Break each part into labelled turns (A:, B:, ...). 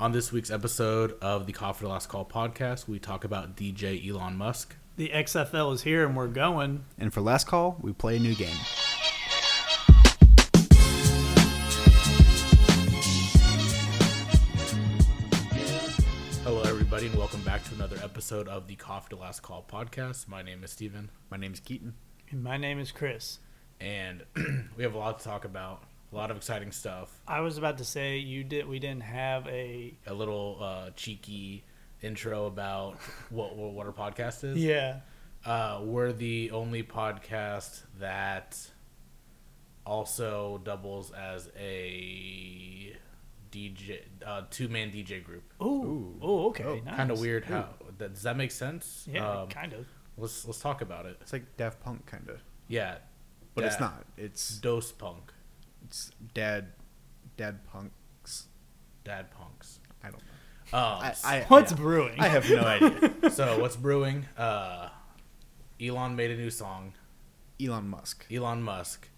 A: On this week's episode of the Call for the Last Call podcast, we talk about DJ Elon Musk.
B: The XFL is here and we're going.
C: And for last call, we play a new game.
A: Hello, everybody, and welcome back to another episode of the Call for the Last Call podcast. My name is Steven,
C: My name's Keaton.
B: And my name is Chris.
A: and we have a lot to talk about, a lot of exciting stuff,
B: I was about to say you did we didn't have a
A: a little uh, cheeky intro about what, what our podcast is.
B: Yeah.
A: Uh, we're the only podcast that also doubles as a DJ, uh, two man DJ group.
B: Ooh.
C: Ooh.
B: Oh, okay.
C: Oh,
B: nice.
A: Kind of weird. How that, does that make sense?
B: Yeah,
A: Um,
B: kind of.
A: let's let's talk about it.
C: It's like Daft Punk, kind of.
A: Yeah,
C: But it's
A: Yeah.
C: not. It's,
A: Dose punk,
C: it's Dad Dad Punks.
A: dad punks.
C: I don't know.
A: Um,
C: I, I,
B: What's
C: yeah.
B: brewing?
C: I have no idea.
A: so what's brewing? Uh, Elon made a new song.
C: Elon Musk.
A: Elon Musk.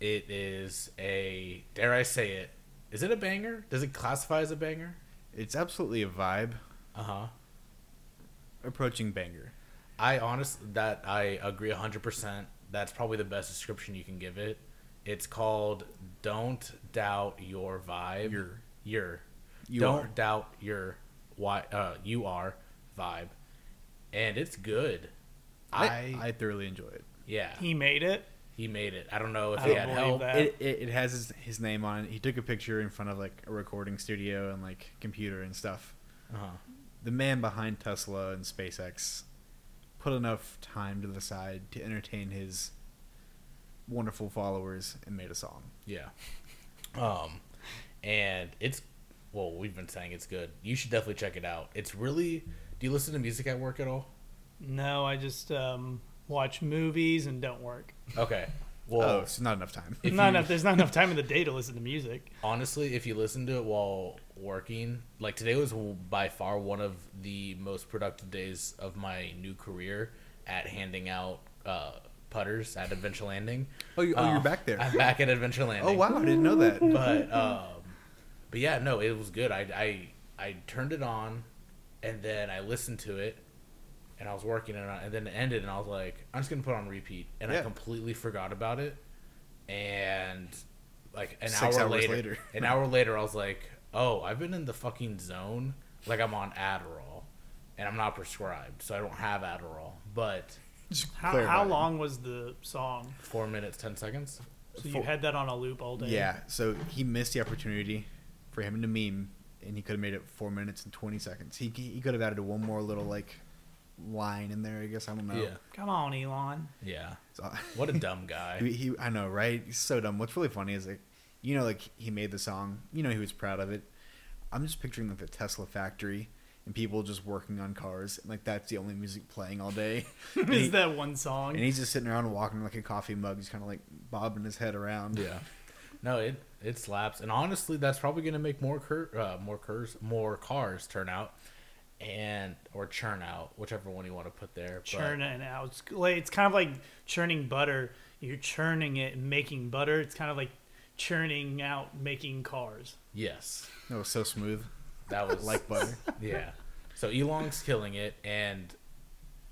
A: It is a dare I say it? Is it a banger? Does it classify as a banger?
C: It's absolutely a vibe
A: Uh huh.
C: approaching banger.
A: I honest that I agree 100%. That's probably the best description you can give it. It's called Don't Doubt Your Vibe.
C: Your.
A: Your.
C: You
A: Don't
C: are.
A: doubt your why uh you are vibe. And it's good. I,
C: I, I thoroughly enjoy it.
A: yeah,
B: He made it.
A: he made it. I don't know if he
B: I don't
A: had
B: believe
A: help.
B: that.
C: It, it, it has his, his name on it. He took a picture in front of like a recording studio and like computer and stuff.
A: Uh-huh.
C: the man behind Tesla and SpaceX put enough time to the side to entertain his wonderful followers and made a song.
A: Yeah. Um and it's well, we've been saying it's good. You should definitely check it out. It's really Do you listen to music at work at all?
B: No, I just um, watch movies and don't work.
A: Okay. Well,
C: Oh, it's not enough time.
A: If
B: not
A: you-
B: enough, there's not enough time in the day to listen to music.
A: honestly, if you listen to it while working, like today was by far one of the most productive days of my new career at handing out uh, putters at Adventure Landing.
C: Oh, you, oh
A: Uh,
C: you're back there.
A: I'm back at Adventure Landing.
C: oh, wow, I didn't know that.
A: But um, but yeah, no, it was good. I I I turned it on, and then I listened to it. And I was working it on, and then it ended, and I was like, "I'm just gonna put it on repeat," and I
C: Yeah.
A: completely forgot about it. And like an
C: Six
A: hour
C: hours
A: later,
C: later.
A: an hour later, I was like, "Oh, I've been in the fucking zone. Like I'm on Adderall, and I'm not prescribed, so I don't have Adderall." But
C: Just
B: How,
C: clarify
B: how
C: that.
B: long was the song?
A: four minutes, ten seconds.
B: So you had that on a loop all day.
C: Yeah, so he missed the opportunity for him to meme, and he could have made it four minutes and 20 seconds. He, he could have added one more little, like, line in there, I guess. I don't know.
A: Yeah,
B: Come on, Elon.
A: yeah.
C: So-
A: What a dumb guy.
C: He, he, I know, right? He's so dumb. What's really funny is like, you know, like he made the song. You know, he was proud of it. I'm just picturing like the Tesla factory and people just working on cars, and like that's the only music playing all day. and, he-
B: Is that one song?
C: and he's just sitting around walking like a coffee mug, just kind of like bobbing his head around.
A: Yeah. No, it it slaps, and honestly, that's probably gonna make more cur- uh, more cars more cars turn out, and or churn out, whichever one you want to put there.
B: churn it out. It's, like, it's kind of like churning butter. You're churning it and making butter. It's kind of like churning out making cars.
A: But yes,
C: That was so smooth,
A: that was
C: like butter.
A: yeah. So Elon's killing it, and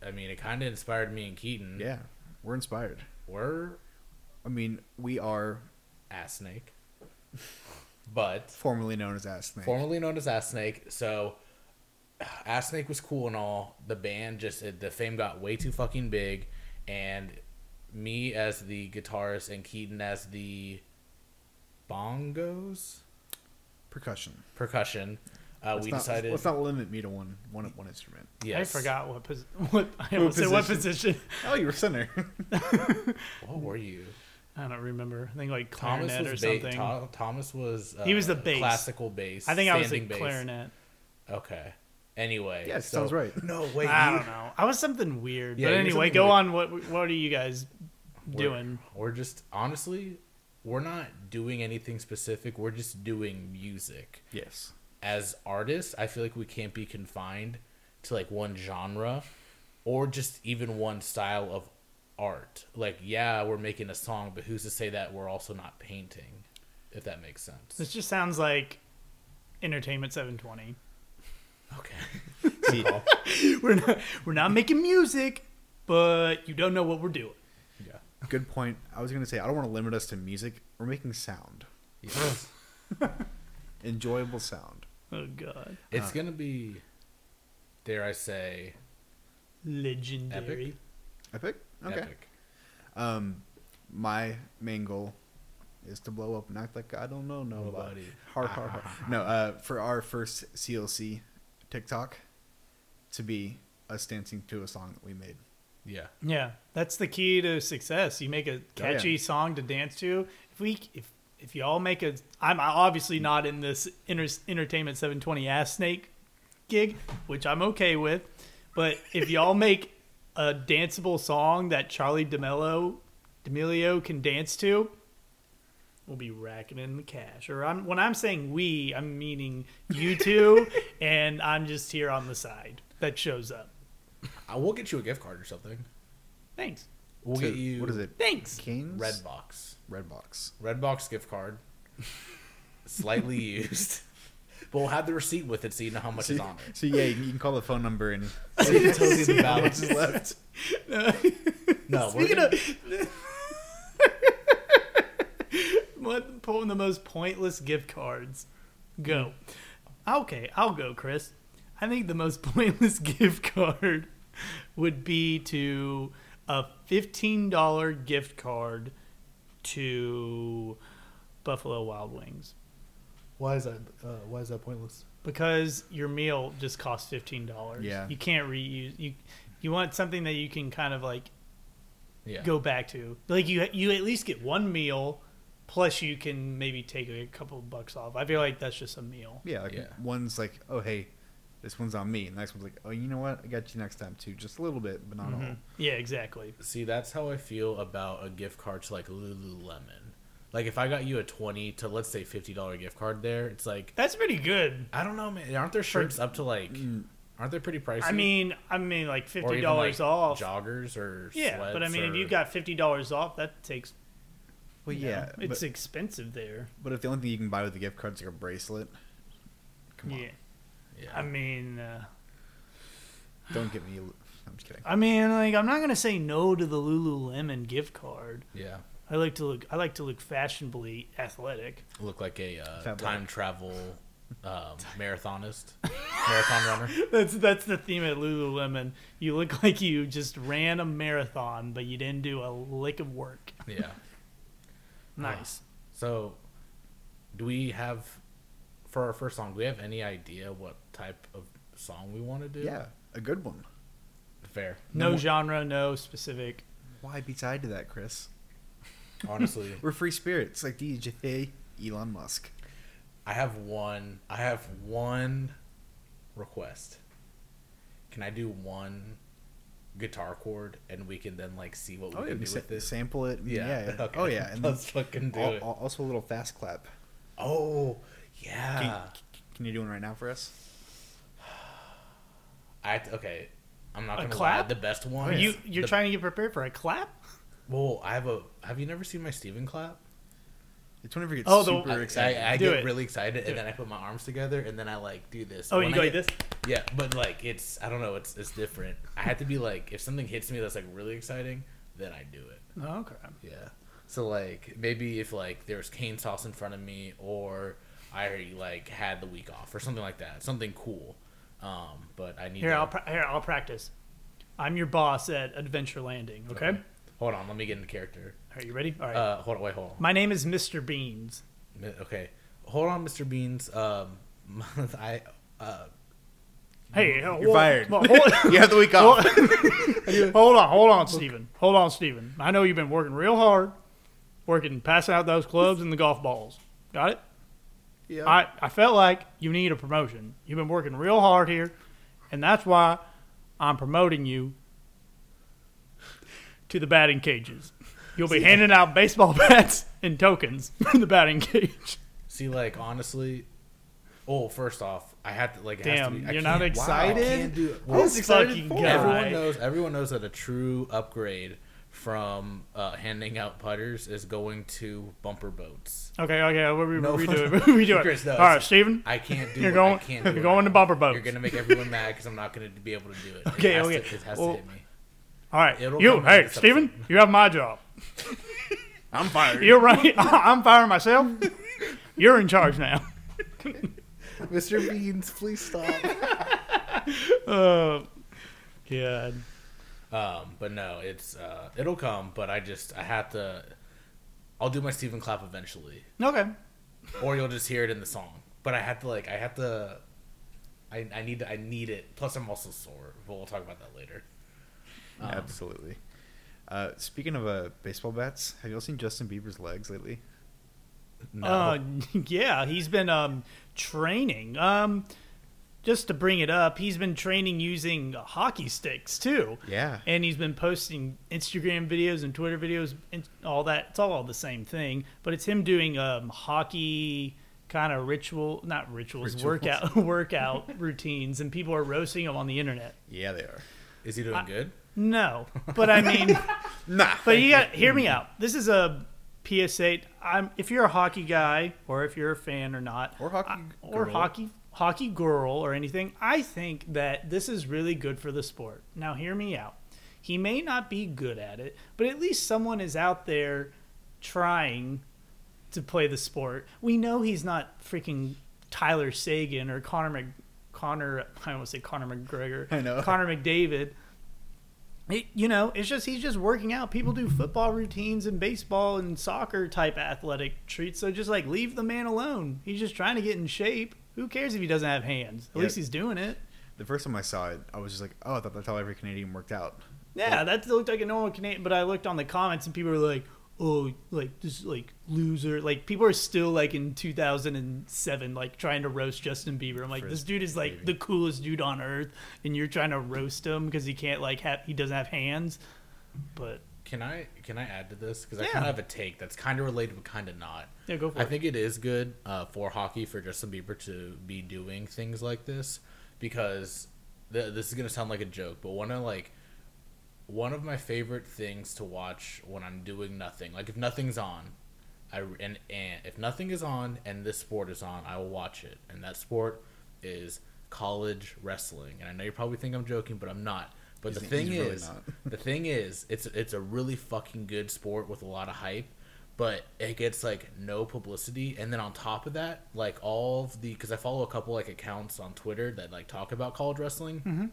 A: I mean, it kind of inspired me and Keaton.
C: yeah, we're inspired.
A: we're
C: I mean, we are
A: ass snake, but
C: formerly known as Ass Snake.
A: formerly known as Ass Snake. So Ass Snake was cool and all. The band just it- the fame got way too fucking big, and me as the guitarist and Keaton as the bongos
C: Percussion.
A: percussion. Uh,
C: Let's
A: we
C: not,
A: decided
C: Let's not limit me to one one one instrument.
A: yes.
B: I forgot what pos- what I almost said what position.
C: Oh, you were center.
A: What were you?
B: I don't remember. I think like
A: Thomas
B: clarinet or
A: was ba-
B: something.
A: Tho- Thomas was uh,
B: He was the bass.
A: classical bass.
B: I think I was
A: standing
B: like clarinet.
A: Okay. Anyway.
C: Yeah, sounds right.
A: No wait.
B: I
A: you-
B: don't know. I was something weird.
A: Yeah,
B: but
A: you were
B: anyway,
A: something
B: go
A: weird.
B: on. What what are you guys doing?
A: We're just honestly, we're not doing anything specific. We're just doing music.
C: yes.
A: As artists, I feel like we can't be confined to like one genre or just even one style of art. Like, yeah, we're making a song, but who's to say that we're also not painting? If that makes sense.
B: This just sounds like Entertainment 720.
A: Okay.
C: See,
B: We're not, we're not making music, but you don't know what we're doing.
A: Yeah.
C: good point. I was gonna say I don't want to limit us to music. We're making sound,
A: Yes.
C: enjoyable sound.
B: Oh God,
A: It's gonna be, dare I say,
B: legendary.
C: Epic. Okay.
A: epic.
C: Um, my main goal is to blow up and act like I don't know nobody.
A: Nobody.
C: Har, har, har. No, uh, for our first CLC TikTok to be us dancing to a song that we made.
A: Yeah.
B: Yeah, that's the key to success. You make a catchy song to dance to. If we if if y'all make a, I'm obviously not in this inter- entertainment 720 ass snake gig, which I'm okay with, but if y'all make a danceable song that Charlie D'Amelio D'Amelio can dance to, we'll be racking in the cash. Or I'm when I'm saying we, I'm meaning you two, and I'm just here on the side that shows up.
A: I will Uh, get you a gift card or something.
B: Thanks,
A: We'll
C: To-
A: get you.
C: What is it?
B: thanks.
C: Canes.
A: Redbox.
C: Redbox.
A: Redbox gift card. Slightly used. But we'll have the receipt with it so you know how much is
C: So,
A: on it.
C: so yeah, you can call the phone number and
A: So you can totally the
C: how much
A: balance.
C: is left.
A: No, we're
B: Speaking
A: gonna,
B: What pulling the most pointless gift cards? Go.
A: Hmm.
B: Okay, I'll go, Chris. I think the most pointless gift card would be to a fifteen dollar gift card to Buffalo Wild Wings
A: why is that? Uh, why is that pointless?
B: because your meal just costs fifteen dollars.
C: Yeah.
B: you can't reuse you. You want something that you can kind of like
A: Yeah.
B: go back to. Like you, you at least get one meal, plus you can maybe take a couple bucks off. I feel like that's just a meal.
C: Yeah, like
A: Yeah.
C: one's like, oh hey, this one's on me, and the next one's like, oh you know what, I got you next time too, just a little bit, but not
A: Mm-hmm.
C: all.
B: Yeah, exactly.
A: See, that's how I feel about a gift card to like Lululemon. Like if I got you a twenty to let's say fifty dollar gift card there, it's like
B: That's pretty good.
A: I don't know, man. Aren't their shirts up to like? Aren't they pretty pricey?
B: mm. I mean, I mean, like
A: Or
B: fifty
A: even,
B: dollars
A: like,
B: off.
A: joggers or
B: yeah, but I
A: sweats
B: mean, if
A: or-
B: you got fifty dollars off, that takes.
C: Well,
B: you know,
C: yeah,
B: it's
C: but,
B: expensive there.
C: but if the only thing you can buy with the gift card's like a bracelet, come on,
B: Yeah,
A: yeah.
B: I mean, uh,
C: don't get me. I'm just kidding.
B: I mean, like I'm not gonna say no to the Lululemon gift card.
A: yeah,
B: I like to look. I like to look fashionably athletic.
A: look like a uh,
C: Fat
A: time travel um, marathonist, marathon runner.
B: That's that's the theme at Lululemon. You look like you just ran a marathon, but you didn't do a lick of work.
A: Yeah.
B: Nice.
A: So, do we have for our first song? Do we have any idea what type of song we want to do?
C: Yeah, a good one.
A: fair.
B: No genre, no specific.
C: Why be tied to that, Chris?
A: Honestly,
C: We're free spirits, like DJ Elon Musk.
A: I have one. I have one request. Can I do one guitar chord, and we can then like see what we
C: Oh,
A: can
C: yeah,
A: do
C: sa-
A: with this?
C: sample it. Yeah. yeah.
A: Okay.
C: Oh yeah, and
A: Let's
C: then
A: fucking do
C: al-
A: it.
C: al- also a little fast clap.
A: Oh,
C: Can,
A: yeah.
C: can you do one right now for us?
A: I okay. I'm not
B: A
A: gonna
B: clap?
A: lie. The best one.
B: you
A: is
B: you're
A: Oh, the-
B: trying to get prepared for a clap?
A: Well, I have a. Have you never seen my Steven clap?
C: It's whenever you get
B: Oh, the-
C: super
A: I,
C: excited.
A: I, I
B: Do
A: get
B: it.
A: really excited,
B: Do
A: and then I put my arms together, and then I like do this.
B: Oh,
A: When
B: you
A: I
B: go like
A: get-
B: this?
A: Yeah, but like it's I don't know, it's it's different. I had to be like if something hits me that's like really exciting, then I do it.
B: Oh, okay.
A: Yeah. So like maybe if like there's cane sauce in front of me or I like had the week off or something like that. Something cool. Um, but I need
B: Here
A: to-
B: I'll pra- here I'll practice. I'm your boss at Adventure Landing. Okay.
A: Hold on, let me get into character.
B: Are you ready? All right.
A: Uh hold on, wait, hold on.
B: My name is Mr. Beans.
A: Mi- Okay. Hold on, Mr. Beans. Um I uh
B: Hey, uh, you're
C: fired.
B: Hold, hold,
C: you have the week off.
B: hold on, hold on, Steven. Hold on, Steven. I know you've been working real hard, working passing out those clubs and the golf balls. Got it?
C: yeah.
B: I, I felt like you need a promotion. You've been working real hard here, and that's why I'm promoting you to the batting cages. You'll be handing out baseball bats and tokens in the batting cage.
A: see like honestly Oh, first off, I had to like it has to
B: Damn,
A: be, I
B: you're not
A: can't-
B: excited?
A: I can't do it.
C: I was
B: This
C: excited
B: fucking
C: for it.
B: guy.
A: Everyone knows. Everyone knows that a true upgrade from uh, handing out putters is going to bumper boats.
B: Okay, okay, we we
A: No.
B: redo it. We redo it.
A: Chris knows.
B: All right, Steven.
A: I can't do
B: You're
A: it.
B: going-
A: I can't do
B: you're
A: it
B: going
A: right
B: to
A: now.
B: bumper boats.
A: You're going to make everyone mad because I'm not going to be able to do it.
B: Okay,
A: it has
B: okay.
A: To, it has
B: Well,
A: to hit me.
B: All right,
A: It'll
B: you.
A: come out
B: Hey,
A: this
B: Steven, you have my job.
C: I'm fired.
B: You're right. I'm firing myself. You're in charge now.
A: Mr. Beans, please stop.
B: Uh, God.
A: Um, but no, it's uh, it'll come. But I just I have to. I'll do my Stephen clap eventually,
B: Okay.
A: or you'll just hear it in the song. But I have to like I have to. I, I need I need it. Plus, I'm also sore. But we'll talk about that later.
C: Absolutely. Uh, speaking of uh, baseball bats, have you all seen Justin Bieber's legs lately?
A: No,
B: Uh, yeah, he's been um, training. Um, just to bring it up, he's been training using hockey sticks too.
C: Yeah.
B: And he's been posting Instagram videos and Twitter videos and all that. It's all the same thing, but it's him doing um, hockey kind of ritual, not rituals,
C: Rituals.
B: workout workout routines, and people are roasting him on the internet.
C: Yeah, they are.
A: is he doing good?
B: No, but I mean.
C: Nah.
B: But you got hear me out. This is a PSA. I'm if you're a hockey guy or if you're a fan or not,
C: Or hockey
B: I- Uh, or
C: girl.
B: hockey hockey girl or anything. I think that this is really good for the sport. Now hear me out. He may not be good at it, but at least someone is out there trying to play the sport. We know he's not freaking Tyler Sagan or Connor Mc, Connor. I almost say Connor McGregor.
C: I know.
B: Connor McDavid. It, you know, it's just he's just working out. People do football routines and baseball and soccer type athletic treats. So just like leave the man alone. He's just trying to get in shape. Who cares if he doesn't have hands? At
C: Yeah.
B: least he's doing it.
C: The first time I saw it, I was just like, oh, I thought that's how every Canadian worked out.
B: Yeah, that looked like a normal Canadian. But I looked on the comments and people were like, "Oh, like this, like loser." Like people are still like in 2007, like trying to roast Justin Bieber. I'm like,
C: For
B: this dude is like
C: baby.
B: the coolest dude on earth, and you're trying to roast him because he can't like have he doesn't have hands. But
A: Can I can I add to this because I
B: Yeah.
A: kind of have a take that's kind of related but kind of not.
B: yeah, go for
A: I
B: it.
A: think it is good uh, for hockey for Justin Bieber to be doing things like this because th- this is gonna sound like a joke, but one of like one of my favorite things to watch when I'm doing nothing, like if nothing's on, I and, and if nothing is on and this sport is on, I will watch it, and that sport is college wrestling. And I know you probably think I'm joking, but I'm not. But the
C: He's-
A: thing
C: he's really
A: is,
C: not.
A: the thing is, it's it's a really fucking good sport with a lot of hype, but it gets like no publicity. And then on top of that, like all of the because I follow a couple like accounts on Twitter that like talk about college wrestling,
C: Mm-hmm.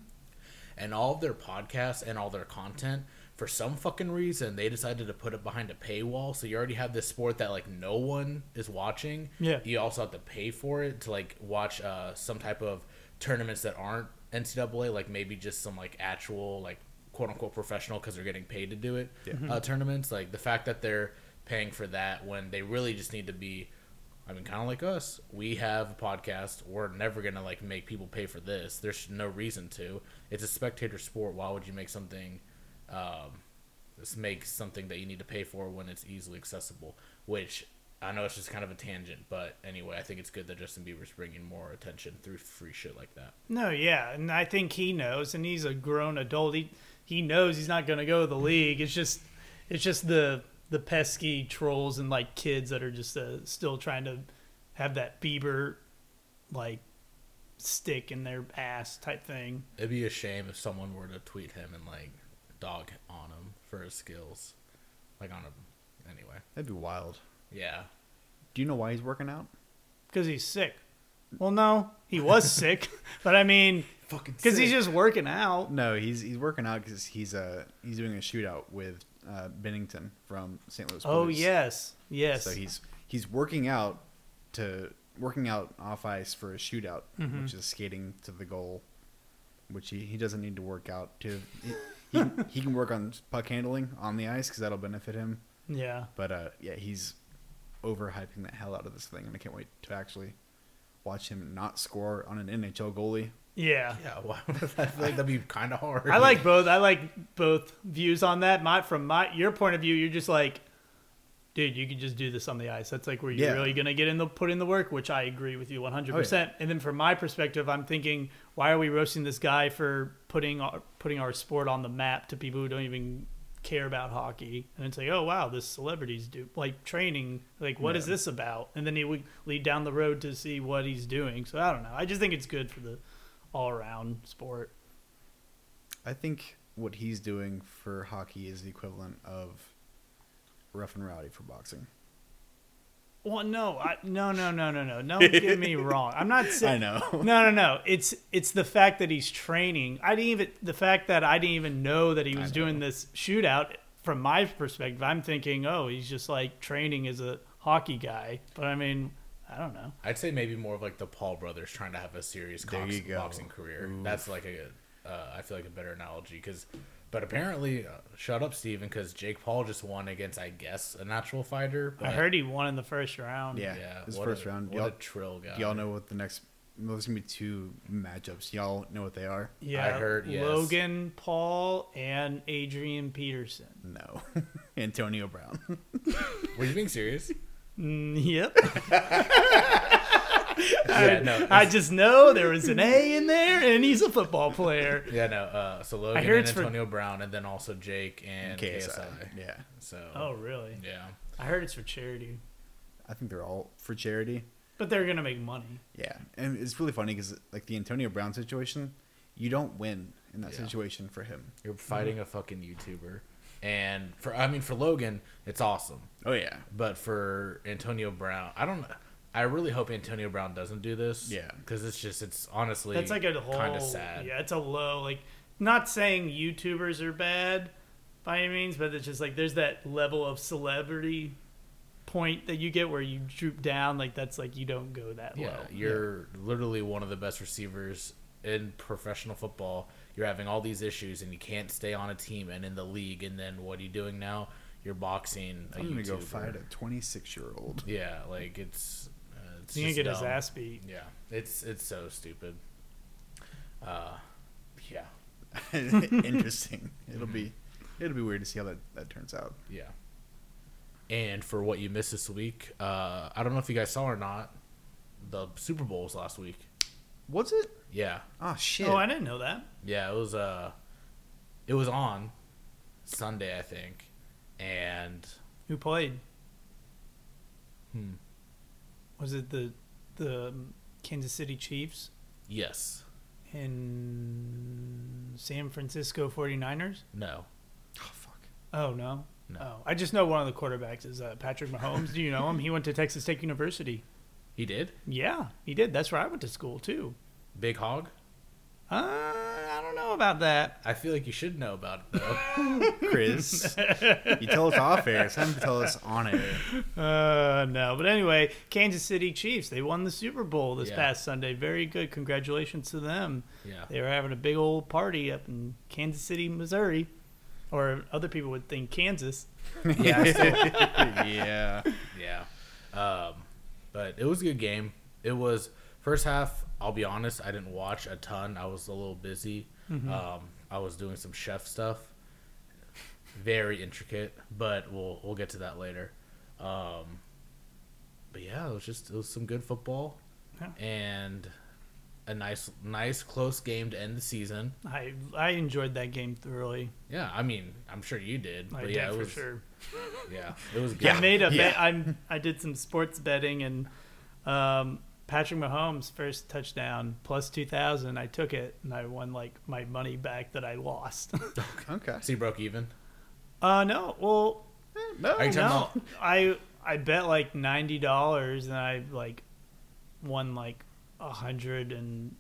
A: and all of their podcasts and all their content. For some fucking reason, they decided to put it behind a paywall. So you already have this sport that like no one is watching.
B: Yeah.
A: You also have to pay for it to like watch uh, some type of tournaments that aren't NCAA, like maybe just some like actual like quote unquote professional because they're getting paid to do it uh, tournaments. Like the fact that they're paying for that when they really just need to be, I mean, kind of like us. We have a podcast. We're never gonna like make people pay for this. There's no reason to. It's a spectator sport. Why would you make something? Um, this makes something that you need to pay for when it's easily accessible. Which I know it's just kind of a tangent, but anyway, I think it's good that Justin Bieber's bringing more attention through free shit like that.
B: No, yeah, and I think he knows, and he's a grown adult. He he knows he's not going to go to the league. It's just it's just the the pesky trolls and like kids that are just uh, still trying to have that Bieber like stick in their ass type thing.
A: It'd be a shame if someone were to tweet him and like dog on him for his skills, like on him. Anyway,
C: That'd be wild.
A: yeah,
C: Do you know why he's working out?
B: Because he's sick. Well, no, he was sick, but I mean,
A: fucking
B: because he's just working out.
C: No, he's he's working out because he's uh he's doing a shootout with uh, Bennington from St. Louis.
B: Oh
C: Blues.
B: yes, yes.
C: So he's he's working out to working out off ice for a shootout,
B: Mm-hmm.
C: which is skating to the goal, which he, he doesn't need to work out to. He, he, he can work on puck handling on the ice because that'll benefit him.
B: yeah.
C: But uh, yeah, he's overhyping the hell out of this thing, and I can't wait to actually watch him not score on an NHL goalie.
B: Yeah.
A: yeah. Why would I feel like that'd be kind of hard?
B: I like both. I like both views on that. My from my your point of view, you're just like, dude, you can just do this on the ice. That's like where you're
C: Yeah. Oh,
B: really gonna get in the put in the work, which I agree with you 100. percent And then from my perspective, I'm thinking, why are we roasting this guy for putting our, putting our sport on the map to people who don't even care about hockey and it's like oh wow this celebrity's do like training like what is
C: Yeah.
B: this about and then he would lead down the road to see what he's doing so i don't know i just think it's good for the all-around sport
C: I think what he's doing for hockey is the equivalent of rough and rowdy for boxing.
B: well no I, no no no no no don't get me wrong i'm not saying
C: I know.
B: no, no, no. It's it's the fact that he's training. I didn't even the fact that I didn't even know that he
C: I
B: was
C: know.
B: doing this shootout. From my perspective, I'm thinking, oh, he's just like training as a hockey guy. But I mean, I don't know.
A: I'd say maybe more of like the Paul brothers trying to have a serious
C: There
A: cox-
C: you go.
A: boxing career. That's like a, uh, I feel like a better analogy because, but apparently, uh, shut up, Steven, because Jake Paul just won against, I guess, a natural fighter. But
B: I heard he won in the first round.
C: Yeah. his
A: what
C: first
A: a,
C: round.
A: What
C: Y'all,
A: a trill guy.
C: y'all know what the next. Well, there's gonna be two matchups. Y'all know what they are?
B: yeah.
A: I heard, yes.
B: Logan Paul and Adrian Peterson.
C: No. Antonio Brown.
A: Were you being serious?
B: Mm, yep.
A: yeah, no.
B: I just know there was an A in there, and he's a football player.
A: Yeah, no. Uh, so Logan
B: heard
A: and
B: it's for-
A: Antonio Brown, and then also Jake and KSI.
C: Yeah.
A: So,
B: Oh, really?
A: yeah.
B: I heard it's for charity,
C: I think they're all for charity.
B: but they're gonna make money.
C: Yeah, and it's really funny because like the Antonio Brown situation, you don't win in that
A: Yeah.
C: situation for him.
A: You're fighting a fucking YouTuber, and for I mean, for Logan, it's awesome.
C: Oh yeah,
A: But for Antonio Brown, I don't. I really hope Antonio Brown doesn't do this.
C: Yeah.
A: because it's just it's honestly
B: That's like a whole
A: kind of sad.
B: Yeah, it's a low. Like, not saying YouTubers are bad by any means, but it's just like there's that level of celebrity point that you get where you droop down. Like that's like you don't go that
A: Yeah,
B: low.
A: you're literally one of the best receivers in professional football. You're having all these issues, and you can't stay on a team and in the league. And then what are you doing now? You're boxing. a
C: I'm gonna go
A: YouTuber.
C: fight a 26 year old.
A: Yeah, like it's. Uh, it's
B: He's gonna
A: just
B: get his
A: dumb.
B: ass beat.
A: Yeah, it's it's so stupid. Uh, yeah,
C: Interesting. It'll be, it'll be weird to see how that that turns out.
A: yeah. And for what you missed this week, uh, I don't know if you guys saw or not, the Super Bowl was last week.
C: Was it?
A: Yeah,
C: Oh shit.
B: Oh, I didn't know that.
A: yeah, it was uh, it was on Sunday, I think, and
B: Who played?
A: Hmm.
B: Was it the the um, Kansas City Chiefs
A: yes,
B: and San Francisco 49ers?
A: no,
C: oh fuck.
B: Oh no.
A: No.
B: Oh, I just know one of the quarterbacks is uh, Patrick Mahomes. Do you know him? He went to Texas Tech University.
A: he did
B: Yeah, he did. That's where I went to school too.
A: Big Hog.
B: Uh, I don't know about that.
A: I feel like you should know about it though.
C: Chris, you tell us off air. It's time to tell us on air.
B: Uh, no. But anyway, Kansas City Chiefs. They won the Super Bowl this
A: Yeah.
B: past Sunday. Very good. Congratulations to them.
A: yeah,
B: They were having a big old party up in Kansas City, Missouri, or other people would think Kansas.
A: yeah. I still-
C: yeah.
A: Yeah. Um, but it was a good game. It was first half. I'll be honest, I didn't watch a ton. I was a little busy.
B: Mm-hmm.
A: Um, I was doing some chef stuff. Very intricate, but we'll we'll get to that later. Um, but yeah, it was just it was some good football
B: Yeah.
A: and a nice nice close game to end the season.
B: I I enjoyed that game thoroughly.
A: Yeah, I mean, I'm sure you did.
B: I
A: But
B: did
A: yeah, it
B: for
A: was
B: sure.
A: yeah, it was good.
B: I made a bet.
C: Yeah.
B: I'm, I did some sports betting and um, Patrick Mahomes first touchdown plus two thousand. I took it and I won like my money back that I lost.
C: Okay.
A: So you broke even.
B: uh no, well
C: No.
A: Are you talking
B: no,
A: about
B: I I bet like ninety dollars and I like won like a hundred and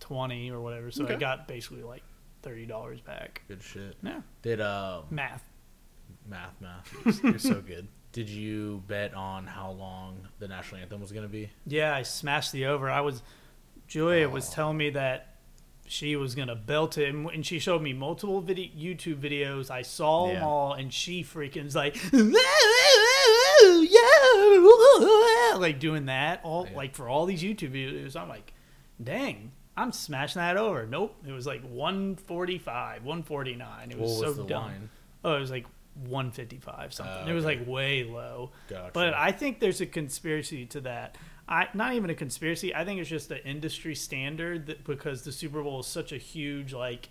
B: twenty or whatever. So I
C: Okay.
B: got basically like thirty dollars back.
A: good shit?
B: Yeah,
A: Did um
B: math.
A: math math?
C: You're so good.
A: Did you bet on how long the national anthem was going to be?
B: Yeah, I smashed the over. I was Julia
A: Oh.
B: was telling me that she was gonna belt it, and, and she showed me multiple video YouTube videos. I saw them
C: Yeah.
B: all, and she freaking was like, yeah, like doing that all
A: Yeah.
B: like for all these YouTube videos. I'm like, dang. I'm smashing that over. Nope, it was like 145, 149. It was
A: What was
B: so
A: the
B: dumb.
A: line?
B: Oh, it was like 155 something.
A: Oh,
B: It was
A: okay.
B: like way low.
A: Gotcha.
B: But I think there's a conspiracy to that. I not even a conspiracy. I think it's just an industry standard that because the Super Bowl is such a huge like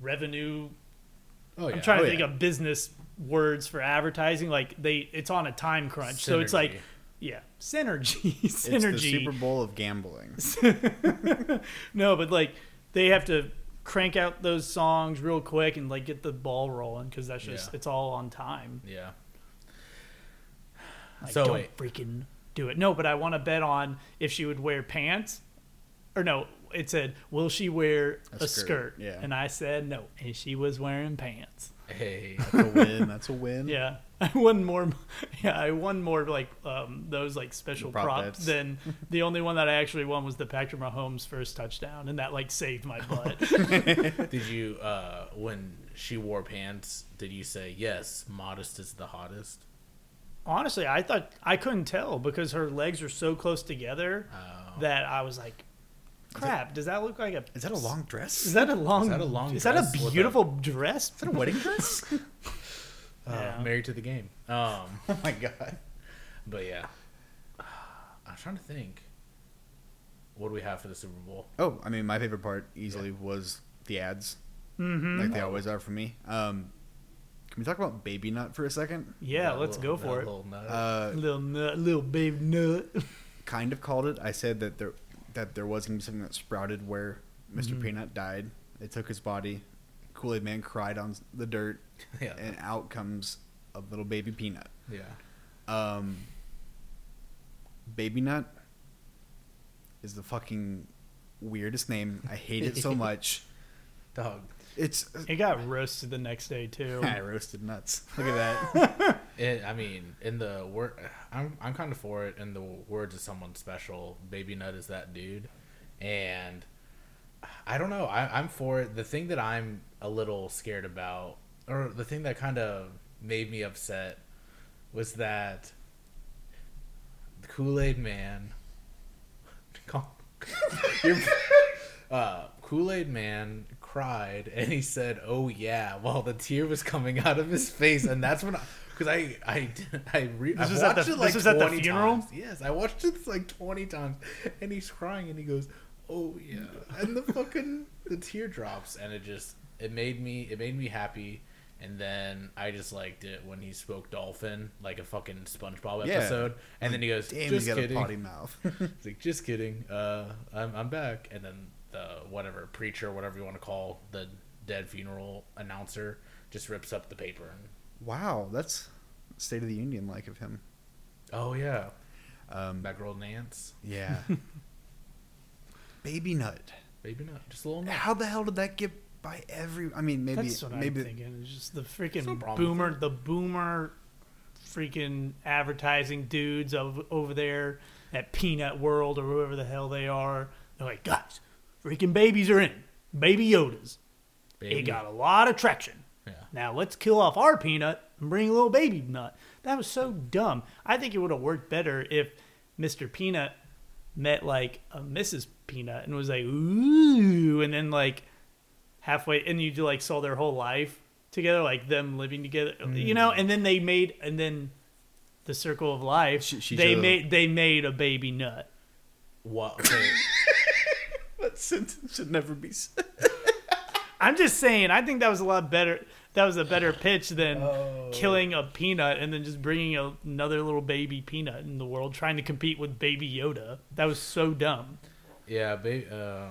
B: revenue
A: Oh yeah.
B: I'm trying
C: Oh,
B: to think
C: yeah.
B: of business words for advertising. Like they, it's on a time crunch, so it's
A: Synergy.
B: like, yeah, synergy,
C: It's the
B: synergy.
C: Super Bowl of gambling.
B: no, but like they have to crank out those songs real quick and like get the ball rolling because that's just
A: Yeah.
B: it's all on time.
A: yeah.
B: Like,
A: So
B: don't
A: wait.
B: freaking do it. No, but I want to bet on if she would wear pants, or no. It said, "Will she wear
C: A
B: a, skirt?"
C: skirt, yeah.
B: And I said, "No." And she was wearing pants.
A: Hey.
C: That's a win. That's a win.
B: Yeah, I won more. Yeah, I won more like um, those like special
C: prop
B: prop
C: bets.
B: props than the only one that I actually won was the Patrick Mahomes first touchdown, and that like saved my butt.
A: Did you uh when she wore pants, did you say yes, modest is the hottest?
B: Honestly, I thought I couldn't tell because her legs were so close together
A: Oh.
B: that I was like, "Crap, does that look like a?
C: Is that a long dress?
B: Is that a long?
A: Is that a long dress
B: Is that
A: with
B: a
A: a-
B: beautiful dress? Oh,
C: Is that a wedding dress?
A: Uh,
B: Yeah.
A: married to the game. Um
C: oh my god.
A: but yeah. I'm trying to think. What do we have for the Super Bowl?
C: Oh, I mean, my favorite part easily was the ads,
B: mm-hmm.
C: like they always are for me. Um, can we talk about Baby Nut for a second?
B: Yeah,
A: That
B: let's
A: little-
B: go
A: that
B: for it. Little,
A: little nut.
C: Uh,
B: nut, little baby nut.
C: kind of called it. I said that there that there was gonna be something that sprouted where mister
B: Mm-hmm.
C: Peanut died. They took his body. Kool Aid Man cried on s- the dirt,
A: yeah.
C: and out comes a little baby peanut.
A: yeah.
C: Um, Baby Nut is the fucking weirdest name. I hate it so much.
A: Dog.
C: It's
B: It got roasted the next day too.
C: I roasted nuts. Look at that.
A: It, I mean, in the word, I'm I'm kind of for it. In the words of someone special, Baby Nut is that dude, and I don't know. I, I'm for it. The thing that I'm a little scared about, or the thing that kind of made me upset, was that the Kool Aid Man. Your- uh, Kool Aid Man cried and he said, "Oh yeah," while the tear was coming out of his face, and that's when, because I, I, I, re- I
B: was
A: watched
B: at the-
A: it like
B: this was at the
A: 20
B: funeral?
A: times. Yes, I watched it like twenty times, and he's crying and he goes, "Oh yeah," and the fucking the tear drops, and it just it made me it made me happy. And then I just liked it when he spoke dolphin like a fucking SpongeBob
C: Yeah.
A: episode, and then he goes,
C: Damn,
A: "Just
C: he's got
A: kidding."
C: a potty mouth.
A: It's like, just kidding. Uh, I'm I'm back. And then the whatever preacher, whatever you want to call the dead funeral announcer, just rips up the paper. And,
C: wow, that's State of the Union like of him.
A: oh yeah,
C: Um,
A: that girl Nance,
C: yeah. Baby Nut.
A: maybe not. Just a little. nut.
C: How the hell did that get by every? I mean, maybe
B: That's what
C: maybe
B: I'm thinking. It's just the
A: no
B: freaking
A: problem with
B: boomer, the boomer, freaking advertising dudes of, over there at Peanut World or whoever the hell they are. They're like, guys, freaking babies are in. Baby Yodas.
A: Baby.
B: It got a lot of traction.
A: Yeah.
B: Now let's kill off our peanut and bring a little baby nut. That was so dumb. I think it would have worked better if Mr. Peanut met like a Mrs. Peanut and was like, ooh, and then like halfway, and you do like saw their whole life together, like them living together, you
A: Mm.
B: know, and then they made, and then the circle of life,
C: She- she
B: they
C: should've-
B: made, they made a baby nut.
A: What? Okay.
C: that sentence should never be said.
B: I'm just saying. I think that was a lot better. That was a better pitch than
A: Oh.
B: killing a peanut and then just bringing a, another little baby peanut in the world, trying to compete with Baby Yoda. That was so dumb.
A: yeah, baby. Uh,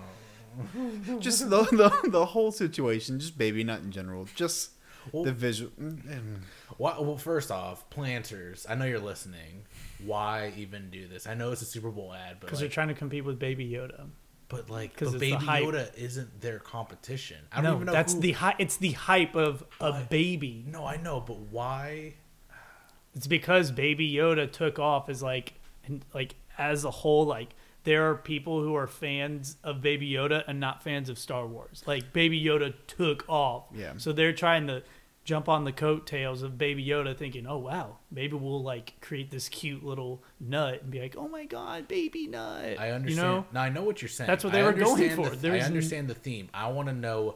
C: Just the, the the whole situation, just Baby Nut in general, just the
B: Oh.
A: Well-
C: visual. mm, mm.
A: why, well, first off, planters. I know you're listening. Why even do this? I know it's a Super Bowl ad, but
B: Because
A: like,
B: they're trying to compete with Baby Yoda.
A: but like,
B: 'cause
A: but
B: it's the
A: Baby
B: hype.
A: Yoda isn't their competition. I don't
B: no,
A: even know
B: that's
A: who-
B: the hy- It's the hype of a baby.
A: No, I know, but why?
B: It's because Baby Yoda took off as like, and like as a whole, like there are people who are fans of Baby Yoda and not fans of Star Wars. Like Baby Yoda took off,
C: Yeah.
B: So they're trying to jump on the coattails of Baby Yoda, thinking, "Oh wow, maybe we'll like create this cute little nut and be like, oh my god, baby nut."
A: I understand.
B: You know,
A: now I know what you're saying.
B: That's what they
A: I
B: were going
A: understand
B: for.
A: The,
B: There
A: I
B: is n-
A: understand the theme. I want to know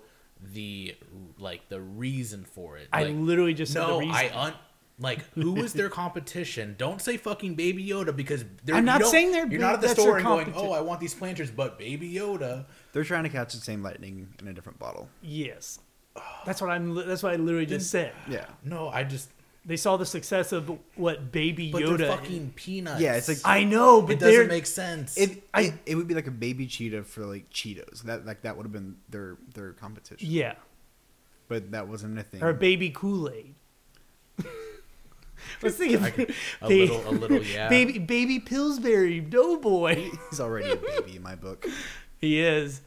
A: the like the reason for it.
B: I
A: Like,
B: literally just said the
A: no.
B: reason.
A: I un like who is their competition? Don't say fucking Baby Yoda because they're,
B: I'm
A: you
B: not
A: don't-
B: saying they're
A: You're
B: big-
A: not at the
B: that's their
A: store and going,
B: competi-
A: oh, I want these planters, but Baby Yoda.
C: They're trying to catch the same lightning in a different bottle.
B: yes, That's what I'm. That's what I literally just said.
C: Yeah.
A: No, I just.
B: They saw the success of what Baby
A: But
B: Yoda.
A: they're fucking peanuts.
C: Yeah, it's like-
B: I know, but
A: it doesn't
B: they're
A: make sense.
C: It, it it would be like a baby cheetah for like Cheetos. That like that would have been their their competition.
B: yeah,
C: But that wasn't a thing.
B: or Baby Kool Aid. Let's think of
A: a little- a little, yeah.
B: Baby Baby Pillsbury Doughboy.
C: He's already a baby in my book.
B: he is.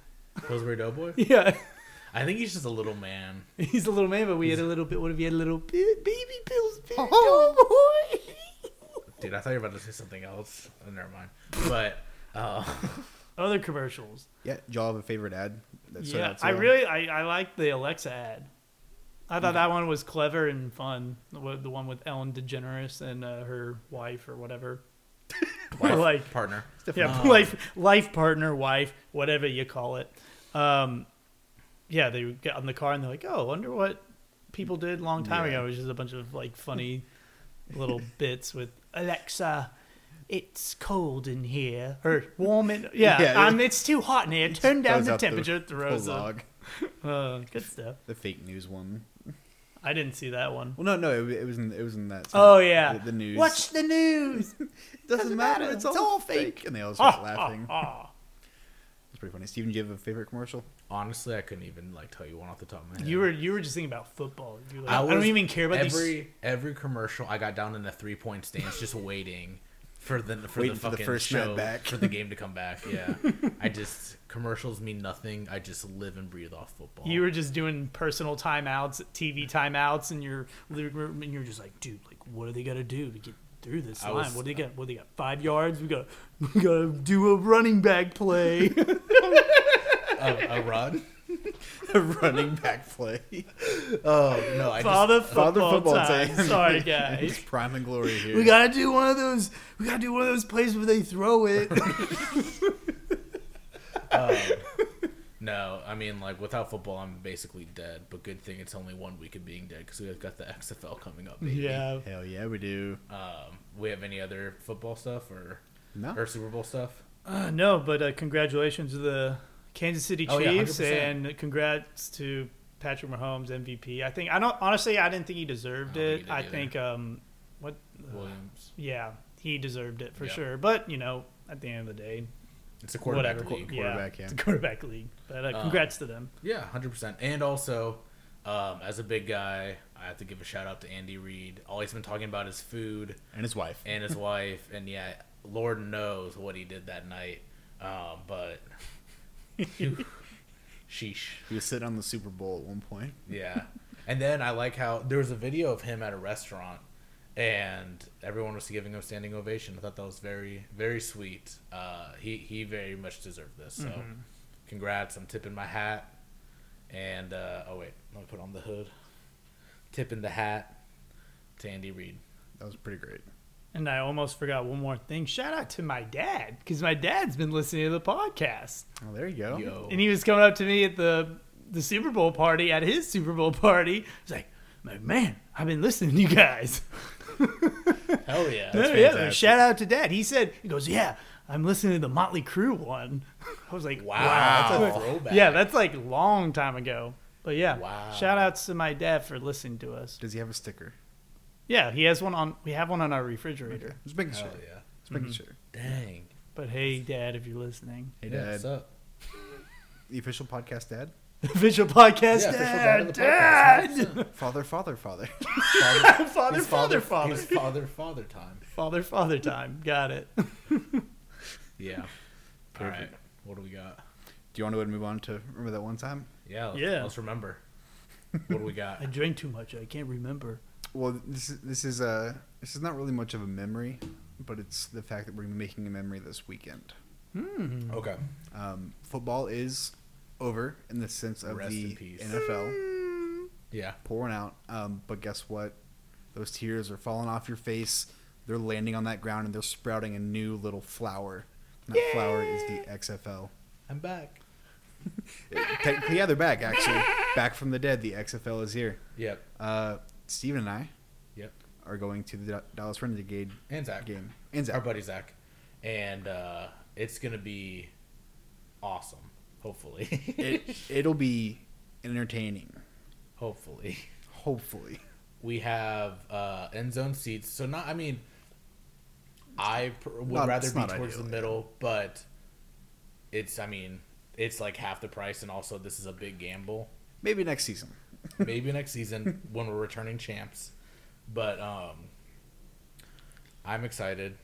A: Pillsbury Doughboy.
B: Yeah.
A: I think he's just a little man.
B: He's a little man, but we had a little bit. What if he had a little bit, baby Pillsbury oh. Doughboy?
A: Dude, I thought you were about to say something else. Oh, never mind. But uh,
B: Other commercials.
C: Yeah, do y'all have a favorite ad? That stood
B: yeah,
C: out to
B: I
C: y'all?
B: really I, I like the Alexa ad. I thought that one was clever and fun. The one the one with Ellen DeGeneres and uh, her wife or whatever.
A: wife,
B: Like-
A: partner.
B: Yeah, life life partner, wife, whatever you call it. Um, yeah, they get on the car and they're like, "Oh, wonder what people did long time
C: Yeah.
B: ago." It was just a bunch of like funny little bits with Alexa. It's cold in here, or warm in. Yeah,
C: Yeah.
B: um, it's too hot in here. Turn down
C: Throws
B: the
C: out
B: temperature.
C: full
B: throws up.
C: log,
B: Uh, good stuff.
C: the fake news one.
B: I didn't see that one.
C: Well, no, no, it, wa- it was in it was in that. song.
B: Oh yeah,
C: the, the news.
B: Watch the news.
C: doesn't, matter. It's, all, fake. And they all start laughing.
B: Ah,
C: It's pretty funny. Steven, do you have a favorite commercial?
A: Honestly, I couldn't even like tell you one off the top of my head.
B: you were you were just thinking about football. You were like,
A: I,
B: I,
A: was,
B: don't even care about
A: every
B: these.
A: every commercial. I got down in a three point stance, just waiting for the for
C: Waiting
A: the
C: for the
A: fucking
C: first
A: show
C: snap back.
A: for the game to come back. Yeah, I just commercials mean nothing. I just live and breathe off football.
B: You were just doing personal timeouts, TV timeouts, and your living room, and you were just like, dude, like, what are they gonna do to get through this
A: I
B: line?
A: was-
B: what do they got? What do they got? Five yards? We got we gotta do a running back play.
A: a, a run.
C: A running back play.
A: Oh no, I just
B: Father football,
C: Father football
B: time.
C: time.
B: Sorry,
C: It's
B: guys.
C: prime and glory here.
B: We gotta do one of those. We gotta do one of those plays where they throw it.
A: no. I mean, like without football, I'm basically dead. But good thing it's only one week of being dead because we've got the XFL coming up. Baby.
B: yeah.
C: Hell yeah, we do.
A: Um, we have any other football stuff or
C: No.
A: or Super Bowl stuff?
B: Uh, no, but uh, congratulations to the Kansas City
A: Oh, yeah,
B: Chiefs
A: 100%.
B: and congrats to Patrick Mahomes MVP. I think I don't honestly I didn't think he deserved
A: I don't
B: it.
A: think he did
B: I
A: either.
B: think um what
C: Uh,
A: Williams.
B: yeah, he deserved it for
A: Yeah.
B: sure. But, you know, at the end of the day,
A: It's a quarterback Um,
B: whatever.
A: league.
C: Quarterback, yeah.
B: It's a quarterback league. But uh, congrats to them.
A: Yeah, hundred percent. And also, um, as a big guy, I have to give a shout out to Andy Reid. All he's been talking about is food
C: And his wife.
A: and his wife, and yeah, Lord knows what he did that night. Um, but sheesh,
C: He was sitting on the Super Bowl at one point.
A: yeah. And then I like how there was a video of him at a restaurant, and everyone was giving him a standing ovation. I thought that was very, very sweet. Uh, he he very much deserved this. So,
C: Mm-hmm.
A: congrats! I'm tipping my hat, and uh, oh wait, let me put on the hood. Tipping the hat to Andy Reid.
C: That was pretty great.
B: And I almost forgot one more thing. Shout out to my dad cuz my dad's been listening to the podcast.
C: Oh, there you go.
A: Yo,
B: And he was coming up to me at the the Super Bowl party, at his Super Bowl party. He's like, "My man, I've been listening to you guys.
A: hell yeah!
B: Yeah, yeah,
C: fantastic.
B: shout out to Dad. He said, he goes, yeah, I'm listening to the Motley Crue one. I was like,
A: Wow, that's a throwback.
B: Yeah, that's like long time ago. But yeah,
A: Wow.
B: shout outs to my dad for listening to us.
C: Does he have a sticker?
B: Yeah, he has one on, we have one on our refrigerator.
C: Just making sure.
A: hell yeah!
C: Just making sure.
A: Dang,
B: But hey, Dad, if you're listening,
C: Mm-hmm. Hey,
A: yeah,
C: Dad.
A: what's up?
C: The official podcast, Dad.
B: official podcast,
A: Yeah, official dad
B: Dad,
A: of the
B: Dad,
A: podcast,
C: Father, father, father.
A: Father,
B: father,
A: he's
B: father, father,
A: he's father, father time.
B: father, father time. Got it.
A: Yeah. All
C: Perfect.
A: right. What do we got?
C: Do you want to go ahead and move on to remember that one time?
A: Yeah. Let's,
B: Yeah.
A: Let's remember. What do we got?
B: I drank too much. I can't remember.
C: Well, this is this is uh, this is not really much of a memory, but it's the fact that we're making a memory this weekend.
A: okay.
C: Um, football is over in the sense of
A: Rest in
C: the
A: peace.
C: NFL
A: Yeah.
C: pouring out. Um, but guess what? Those tears are falling off your face. They're landing on that ground and they're sprouting a new little flower. And that flower is the XFL.
A: I'm back.
C: Technically, yeah, they're back actually. Back from the dead, the XFL is here.
A: Yep.
C: Uh, Steven and I
A: Yep.
C: are going to the Dallas Renegade
A: And Zach.
C: game. And Zach.
A: Our buddy Zach. And uh, it's gonna be awesome. Hopefully.
C: it, it'll be entertaining.
A: Hopefully,
C: Hopefully.
A: we have uh, end zone seats. So not. I mean, I pr- would
C: Not-
A: rather
C: it's
A: be
C: not
A: towards
C: ideal,
A: the
C: yeah.
A: middle, but it's. I mean, it's like half the price, and also this is a big gamble.
C: Maybe next season.
A: Maybe next season when we're returning champs, but um, I'm excited.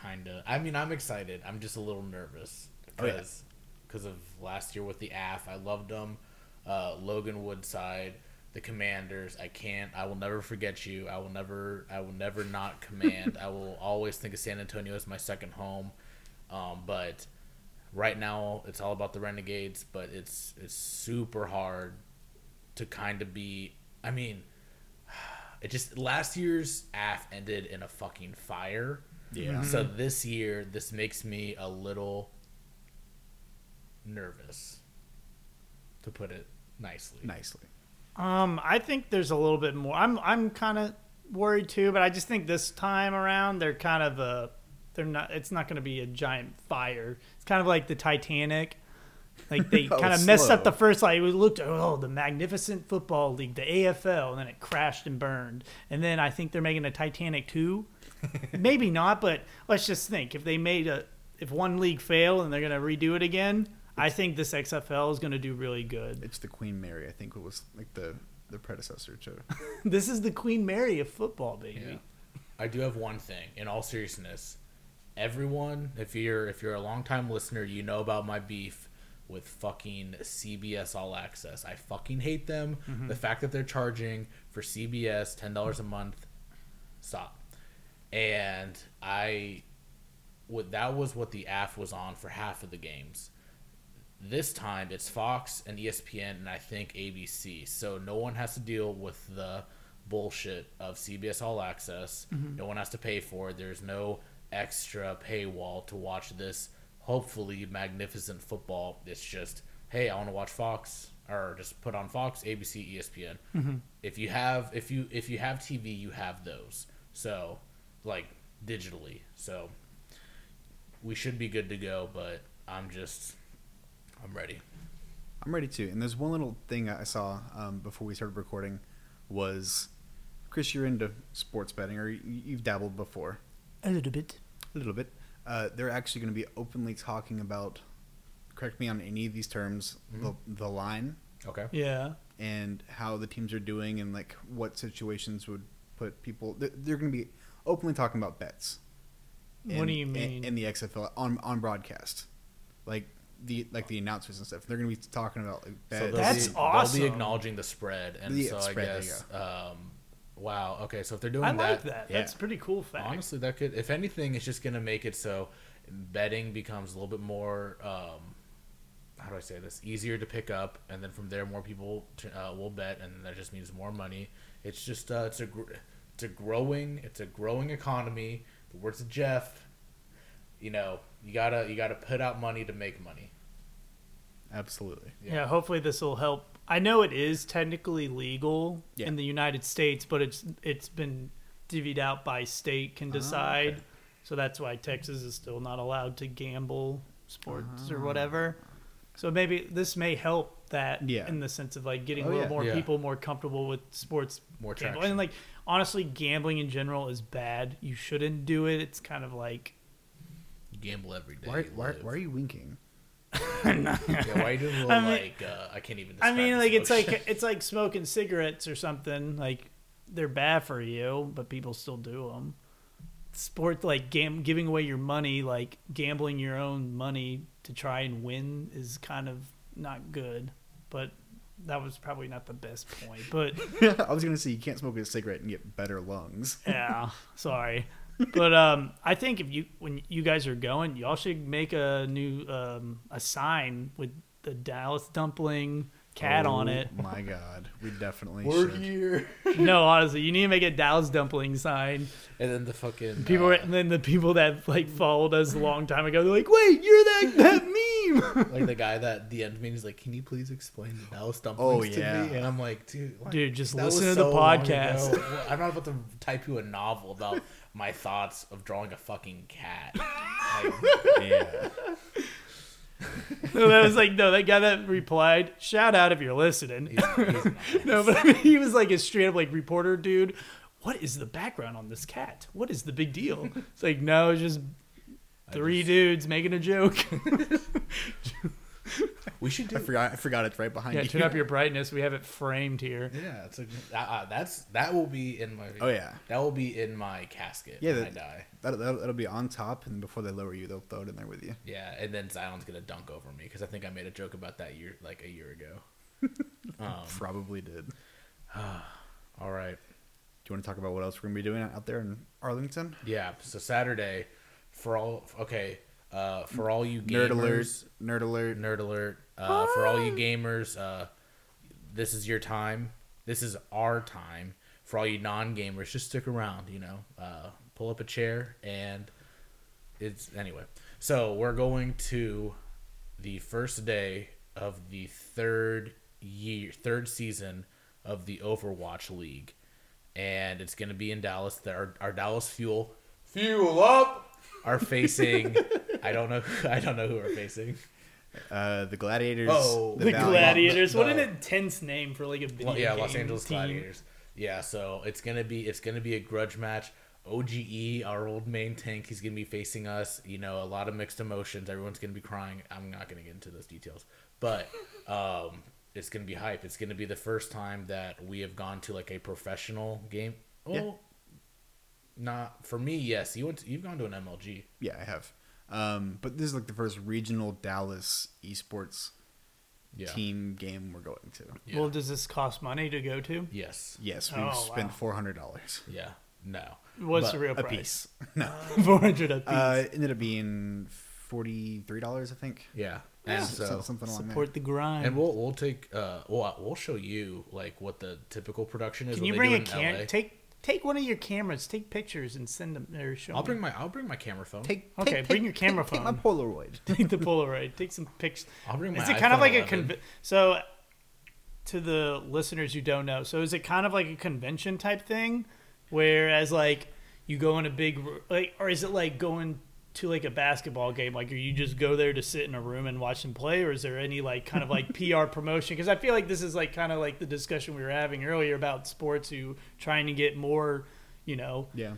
A: Kinda. I mean, I'm excited. I'm just a little nervous
C: Oh, yeah.
A: because of last year with the AF. I loved them. Uh, Logan Woodside, the Commanders. I can't. I will never forget you. I will never. I will never not command. I will always think of San Antonio as my second home. Um, but right now, it's all about the Renegades. But it's it's super hard to kind of be. I mean, it just last year's AF ended in a fucking fire.
C: Yeah.
A: So this year, this makes me a little nervous, to put it nicely.
C: Nicely.
B: Um, I think there's a little bit more. I'm I'm kind of worried too, but I just think this time around they're kind of a they're not. It's not going to be a giant fire. It's kind of like the Titanic. Like they
C: Oh,
B: kind of messed
C: slow.
B: up the first. Like we looked, oh, the Magnificent Football League, the AFL, and then it crashed and burned. And then I think they're making a Titanic two. Maybe not, but let's just think. If they made a, if one league fail and they're going to redo it again, I think this XFL is going to do really good.
C: It's the Queen Mary, I think it was like the the predecessor to
B: This is the Queen Mary of football, baby.
A: Yeah. I do have one thing. In all seriousness, everyone, if you're if you're a longtime listener, you know about my beef with fucking CBS All Access. I fucking hate them. The fact that they're charging for CBS ten dollars a month, stop. And I, what that was what the AF was on for half of the games. This time it's Fox and E ESPN and I think ABC. So no one has to deal with the bullshit of CBS All Access. No one has to pay for it. There's no extra paywall to watch this hopefully magnificent football. It's just, hey, I want to watch Fox or just put on Fox, ABC, ESPN. If you have if you if you have TV, you have those. So, like digitally. So, we should be good to go, but I'm just I'm ready.
C: I'm ready too. And there's one little thing I saw um, before we started recording was Chris, you're into sports betting or you, you've dabbled before
B: A little bit.
C: a little bit. Uh, they're actually going to be openly talking about, correct me on any of these terms,
B: Mm-hmm.
C: the, the line
A: Okay.
B: Yeah.
C: and how the teams are doing and like what situations would put people. They're, they're going to be openly talking about bets.
B: What do you mean?
C: In, the XFL on on broadcast, like the like the announcers and stuff. They're going to be talking about like
A: So
C: bets.
A: they'll
B: That's
A: be,
B: awesome.
A: They'll be acknowledging the spread, and
C: The
A: so
C: spread,
A: I
C: there you
A: guess, um, wow. Okay, so if they're doing
B: I
A: that,
B: like that.
C: yeah.
B: That's a pretty cool fact.
A: honestly, that could, if anything, it's just gonna make it so betting becomes a little bit more. Um, how do I say this? Easier to pick up, and then from there, more people t- uh, will bet, and that just means more money. It's just uh, it's a gr- it's a growing it's a growing economy. The words of Jeff, you know, you gotta you gotta put out money to make money.
C: Absolutely.
B: yeah. hopefully this will help. I know it is technically legal
C: Yeah.
B: in the United States, but it's it's been divvied out by state can decide. So that's why Texas is still not allowed to gamble sports or whatever. So maybe this may help that
C: Yeah.
B: in the sense of like getting
C: Oh,
B: a little
C: yeah.
B: more
A: Yeah.
B: people more comfortable with sports
A: More
B: gambling.
A: traction.
B: And like honestly, gambling in general is bad. You shouldn't do it. It's kind of like
A: Gamble every day.
C: Why,
A: you
C: why,
A: live.
C: why are you winking?
A: Yeah, why are you doing a little
B: I mean-
A: like uh, I can't even.
B: I
A: Describe
B: mean,
A: this
B: like it's
A: emotion.
B: like it's like smoking cigarettes or something. Like they're bad for you, but people still do them. Sport like gam- giving away your money, like gambling your own money to try and win, is kind of not good. But that was probably not the best point. But
C: I was gonna say you can't smoke a cigarette and get better lungs.
B: yeah, sorry. But um, I think if you when you guys are going, y'all should make a new um, a sign with the Dallas dumpling cat on
C: Oh
B: it.
C: My God, we definitely
A: we're
C: should.
A: here,
B: No, honestly, you need to make a Dow's dumpling sign.
A: and then the fucking
B: People,
A: uh,
B: were, and then the people that like followed us a long time ago, they're like, "Wait, you're that that meme,
A: like the guy that DM'd me. He's like, "Can you please explain the Dallas dumplings
C: Oh,
A: to
C: yeah.
A: me?" And I'm like, "Dude, like,
B: dude? Just
A: that was
B: listen to
A: so
B: the
A: long
B: podcast."
A: ago. I'm not about to type you a novel about my thoughts of drawing a fucking cat." Like,
C: Yeah.
B: No, that was like no, that guy that replied, shout out if you're listening.
A: He's- he's-
B: No, but I mean, he was like a straight up like reporter dude. What is the background on this cat? What is the big deal? It's like no, it's just three dudes making a joke.
A: we should do.
C: I forgot. I forgot it's right behind
B: yeah,
C: you.
B: turn up your brightness. We have it framed here.
A: Yeah, it's a, uh, uh, that's that will be in my.
C: Oh, yeah.
A: that will be in my casket
C: Yeah,
A: when
C: that-
A: I die.
C: That'll, that'll, that'll be on top, and before they lower you, they'll throw it in there with you.
A: Yeah, and then Zion's gonna dunk over me because I think I made a joke about that year like a year ago. Um,
C: Probably did. Do
A: All right.
C: you want to talk about what else we're gonna be doing out there in Arlington?
A: Yeah. So Saturday, for all okay, uh, for all you gamers,
C: Nerd alert! Nerd alert!
A: Nerd alert. Uh, for all you gamers, uh, this is your time. This is our time. For all you non gamers, just stick around, you know. Uh, pull up a chair and it's. Anyway. So we're going to the first day of the third year, third season of the Overwatch League. And it's going to be in Dallas. The- Our, our Dallas Fuel. Fuel up! Are facing. I don't know. I don't know who we're facing.
C: Uh, the gladiators.
A: Oh,
B: The
C: Valiant.
B: gladiators. what an
A: No.
B: intense name for like a video
A: Well, yeah,
B: game
A: Los Angeles
B: team.
A: Gladiators. Yeah, so it's gonna be it's gonna be a grudge match. OGE, our old main tank, he's gonna be facing us. You know, a lot of mixed emotions. Everyone's gonna be crying. I'm not gonna get into those details, but um, it's gonna be hype. It's gonna be the first time that we have gone to like a professional game. Well, not for me. Yes, you went. To, you've gone to an MLG.
C: Yeah, I have. Um, but this is like the first regional Dallas esports
A: Yeah.
C: team game we're going to.
A: Yeah.
B: Well, does this cost money to go to?
A: Yes.
C: Yes, we've
B: Oh,
C: spent
B: wow.
C: four hundred dollars
A: Yeah. No.
B: What's the
A: But
B: real
C: a
B: price?
C: piece. No,
B: Four hundred a piece.
C: uh, it ended up being forty three dollars, I think.
A: Yeah. And
C: So-
A: so
C: something along
B: Support the grind.
A: And we'll we'll take uh we'll we'll show you like what the typical production is.
B: Can
A: what
B: you
A: they
B: bring
A: do
B: a
A: in LA.
B: camera? Take take one of your cameras. Take pictures and send them or show.
A: I'll
B: me.
A: bring my I'll bring my camera phone.
C: that. Take
B: Okay,
C: take-
B: bring
C: take-
B: your camera
C: take- Take my
B: phone.
C: Polaroid.
B: take the Polaroid. Take some pictures.
A: I'll bring my.
B: Is it kind of
A: iPhone
B: like
A: 11.
B: a conve- so? To the listeners who don't know, so is it kind of like a convention type thing, whereas like you go in a big r- like, or is it like going to like a basketball game? Like, or you just go there to sit in a room and watch them play, or is there any like kind of like PR promotion? Because I feel like this is like kind of like the discussion we were having earlier about sports who trying to get more, you know,
C: Yeah.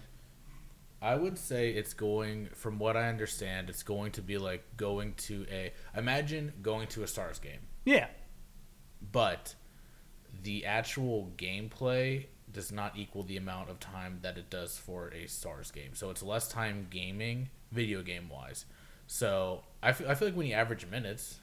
A: I would say it's going from what I understand. It's going to be like going to a imagine going to a Stars game,
B: yeah,
A: but the actual gameplay does not equal the amount of time that it does for a Stars game. So it's less time gaming, video game wise. So I feel, I feel like when you average minutes,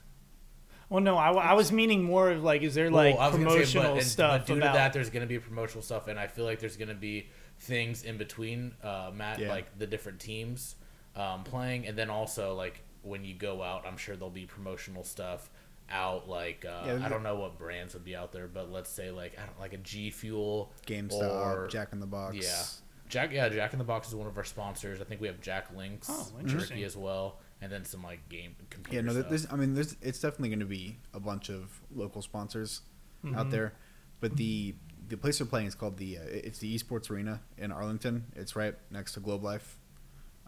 B: Well, no, I, I was meaning more of like, is there like
A: Well, I was gonna say, but-
B: promotional
A: and- but
B: stuff
A: due
B: about?
A: to that, there's going to be promotional stuff, and I feel like there's going to be things in between, uh, Matt,
C: Yeah.
A: like the different teams um, playing, and then also like when you go out, I'm sure there'll be promotional stuff out. Like uh,
C: Yeah,
A: I
C: the-
A: don't know what brands would be out there, but let's say like I don't like a G Fuel,
C: GameStop,
A: or-
C: Jack in the Box.
A: yeah. Jack, yeah, Jack in the Box is one of our sponsors. I think we have Jack Links,
B: Oh, interesting.
A: Jerky as well, and then some like game computer.
C: Yeah, no, there-
A: stuff.
C: there's. I mean, there's. It's definitely going to be a bunch of local sponsors
B: Mm-hmm.
C: out there, but the the place they're playing is called the. Uh, it's the Esports Arena in Arlington. It's right next to Globe Life,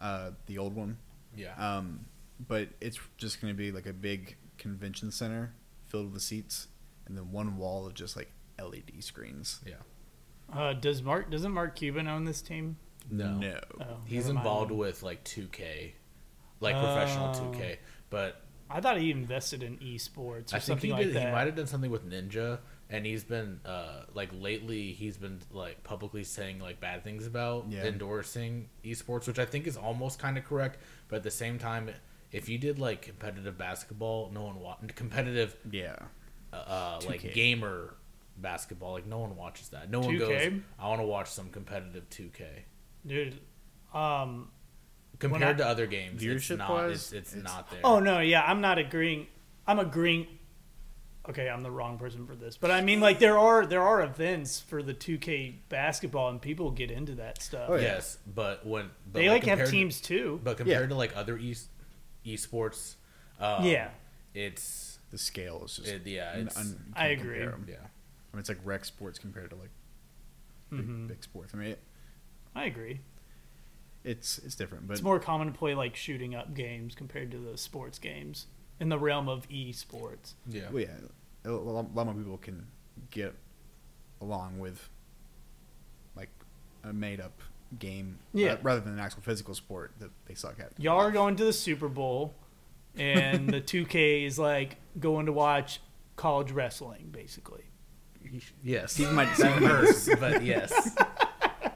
C: uh, the old one.
A: yeah,
C: Um, but it's just going to be like a big convention center filled with seats, and then one wall of just like LED screens.
A: yeah.
B: Uh, does Mark doesn't Mark Cuban own this team?
A: No.
C: no.
B: Oh,
A: He's
B: never mind.
A: involved with like 2K, like professional
B: Oh.
A: 2K. But
B: I thought he invested in esports or
A: I think
B: something
A: he
B: like
A: did.
B: that.
A: He might have done something with Ninja, and he's been uh, like lately. He's been like publicly saying like bad things about
C: Yeah.
A: endorsing esports, which I think is almost kind of correct. But at the same time, if you did like competitive basketball, no one wa- competitive
C: Yeah.
A: uh, like
C: 2K.
A: gamer basketball, like no one watches that. No one
B: 2K?
A: goes. I want to watch some competitive 2K.
B: Dude, um,
A: Compared
B: I-
A: to other games, it's
C: Viewership
A: not.
C: wise,
A: it's, it's,
C: it's-
A: not there.
B: oh no, yeah, I'm not agreeing. I'm agreeing. Okay, I'm the wrong person for this, but I mean, like, there are there are events for the 2K basketball, and people get into that stuff.
C: Oh, yeah.
A: Yes, but when but
B: They like, have
A: compared-
B: teams too.
A: but compared to like other e esports, um,
B: yeah,
A: it's
C: The scale is just.
A: It- yeah, it's-
C: un-
B: I
C: can't
B: agree.
C: compare 'em.
A: yeah,
C: I mean, it's like rec sports compared to like big, big sports. I mean, it,
B: mm-hmm. I agree.
C: it's it's different, but
B: It's more common to play like shooting up games compared to the sports games. in the realm of esports.
A: Yeah.
C: Well, yeah, a lo- lot more people can get along with like a made up game
B: Yeah.
C: ra- rather than an actual physical sport that they suck at.
B: Y'all are going to the Super Bowl, and the 2K is like going to watch college wrestling, basically.
A: Yes.
C: Steve might-
A: that hurts, but yes.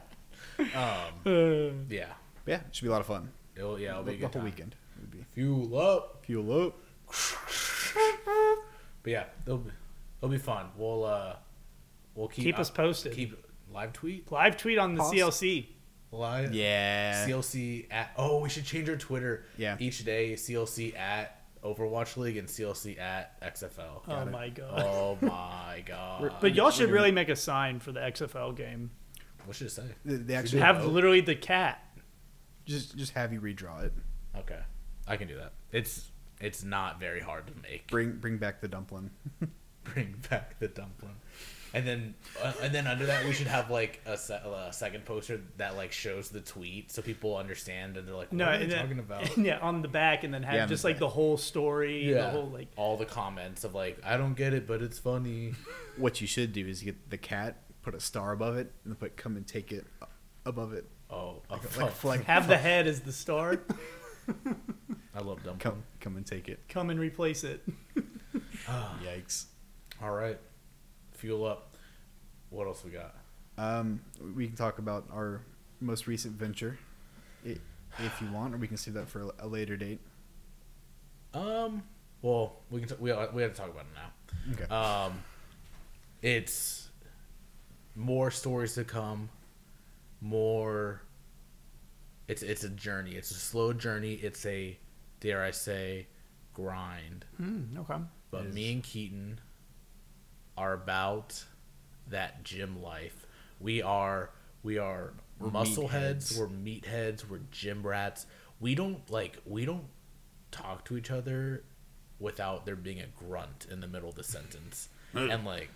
A: Um,
B: Uh,
A: yeah.
C: But yeah, it should be a lot of fun.
A: It'll, yeah, it'll
C: the
A: be a
C: the
A: good
C: whole
A: time.
C: weekend. It would be
A: Fuel up.
C: fuel up.
A: But yeah, it'll be, it'll be fun. We'll uh, we'll keep
B: Keep us posted.
A: Keep live tweet
B: Live tweet on the
C: Pause.
B: CLC.
A: live.
C: Yeah.
A: CLC at oh we should change our Twitter.
C: Yeah.
A: Each day CLC at Overwatch League and CLC at XFL.
B: Oh
C: it.
B: my god!
A: Oh my god.
B: but y'all should really make a sign for the XFL game.
A: What should it say?
C: They- They
A: Do
C: actually
A: it.
B: Have
A: vote?
B: literally the cat.
C: just just have you redraw it.
A: Okay, I can do that. It's it's not very hard to make.
C: Bring bring back the dumpling.
A: Bring back the dumpling, and then uh, and then under that we should have like a, se- a second poster that like shows the tweet so people understand and they're like, what
B: No,
A: are they
B: and then-
A: talking about?
B: yeah, on the back, and then have
C: Yeah, on the
B: just like
C: back.
B: the whole story,
A: yeah,
B: the whole like.
A: all the comments of like, I don't get it, but it's funny.
C: what you should do is get the cat, put a star above it, and put come and take it a- above it.
A: Oh, oh,
C: Like a
A: fuck.
C: flag.
B: Have the head as the star.
A: I love dumpling.
C: Come come and take it.
B: Come and replace it.
A: Ah.
C: Yikes.
A: All right, fuel up. What else we got?
C: Um, we can talk about our most recent venture, i- if you want, or we can save that for a later date.
A: Um, well, we can t- we uh, we have to talk about it now.
C: Okay.
A: Um, it's more stories to come. More. It's it's a journey. It's a slow journey. It's a dare I say, grind.
C: Hmm.
B: Mm, okay.
A: But
C: Yes.
A: me and Keaton are about that gym life. We are we are
C: We're
A: muscle heads,
C: meatheads.
A: we're meatheads, we're gym rats. We don't like we don't talk to each other without there being a grunt in the middle of the sentence. and like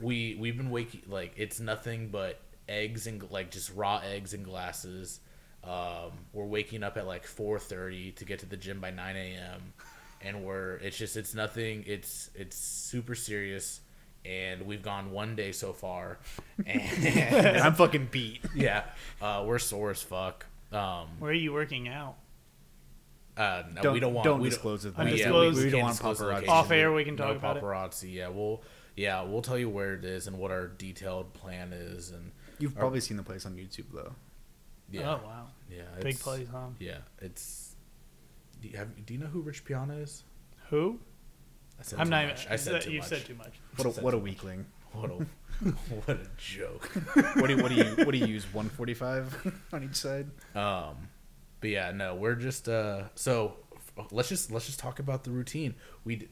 A: we we've been waking like it's nothing but eggs and like just raw eggs and glasses. Um, we're waking up at like four thirty to get to the gym by nine a.m. And we're it's just it's nothing. It's it's super serious. And we've gone one day so far, and
C: I'm fucking beat.
A: yeah, uh, we're sore as fuck. Um,
B: Where are you working out?
A: uh, no,
C: Don't-
A: we don't want
C: don't
A: we
C: disclose it.
A: we- yeah,
B: Undisclosed.
A: we,
B: We
C: don't
A: can't
C: want
A: disclose Oh. the
C: paparazzi.
A: location.
B: Off air, we can talk about it.
A: paparazzi. Yeah, we'll yeah we'll tell you where it is and what our detailed plan is and
C: You've probably seen the place on YouTube though.
A: yeah
B: Oh wow,
A: yeah
B: big
A: it's-
B: plays, huh?
A: Yeah, it's. Do you, have, do you know who Rich Piana is?
B: Who?
A: I said
B: I'm
A: too
B: not.
A: much.
B: Even,
A: I said too
B: you've
A: much.
B: said too much.
C: What a,
A: Said
C: what a
A: too much.
C: weakling.
A: What a what a joke.
C: What do you, what do you what do you use? 145 on each side.
A: Um, but yeah, no, we're just uh. So f- let's just let's just talk about the routine. We d-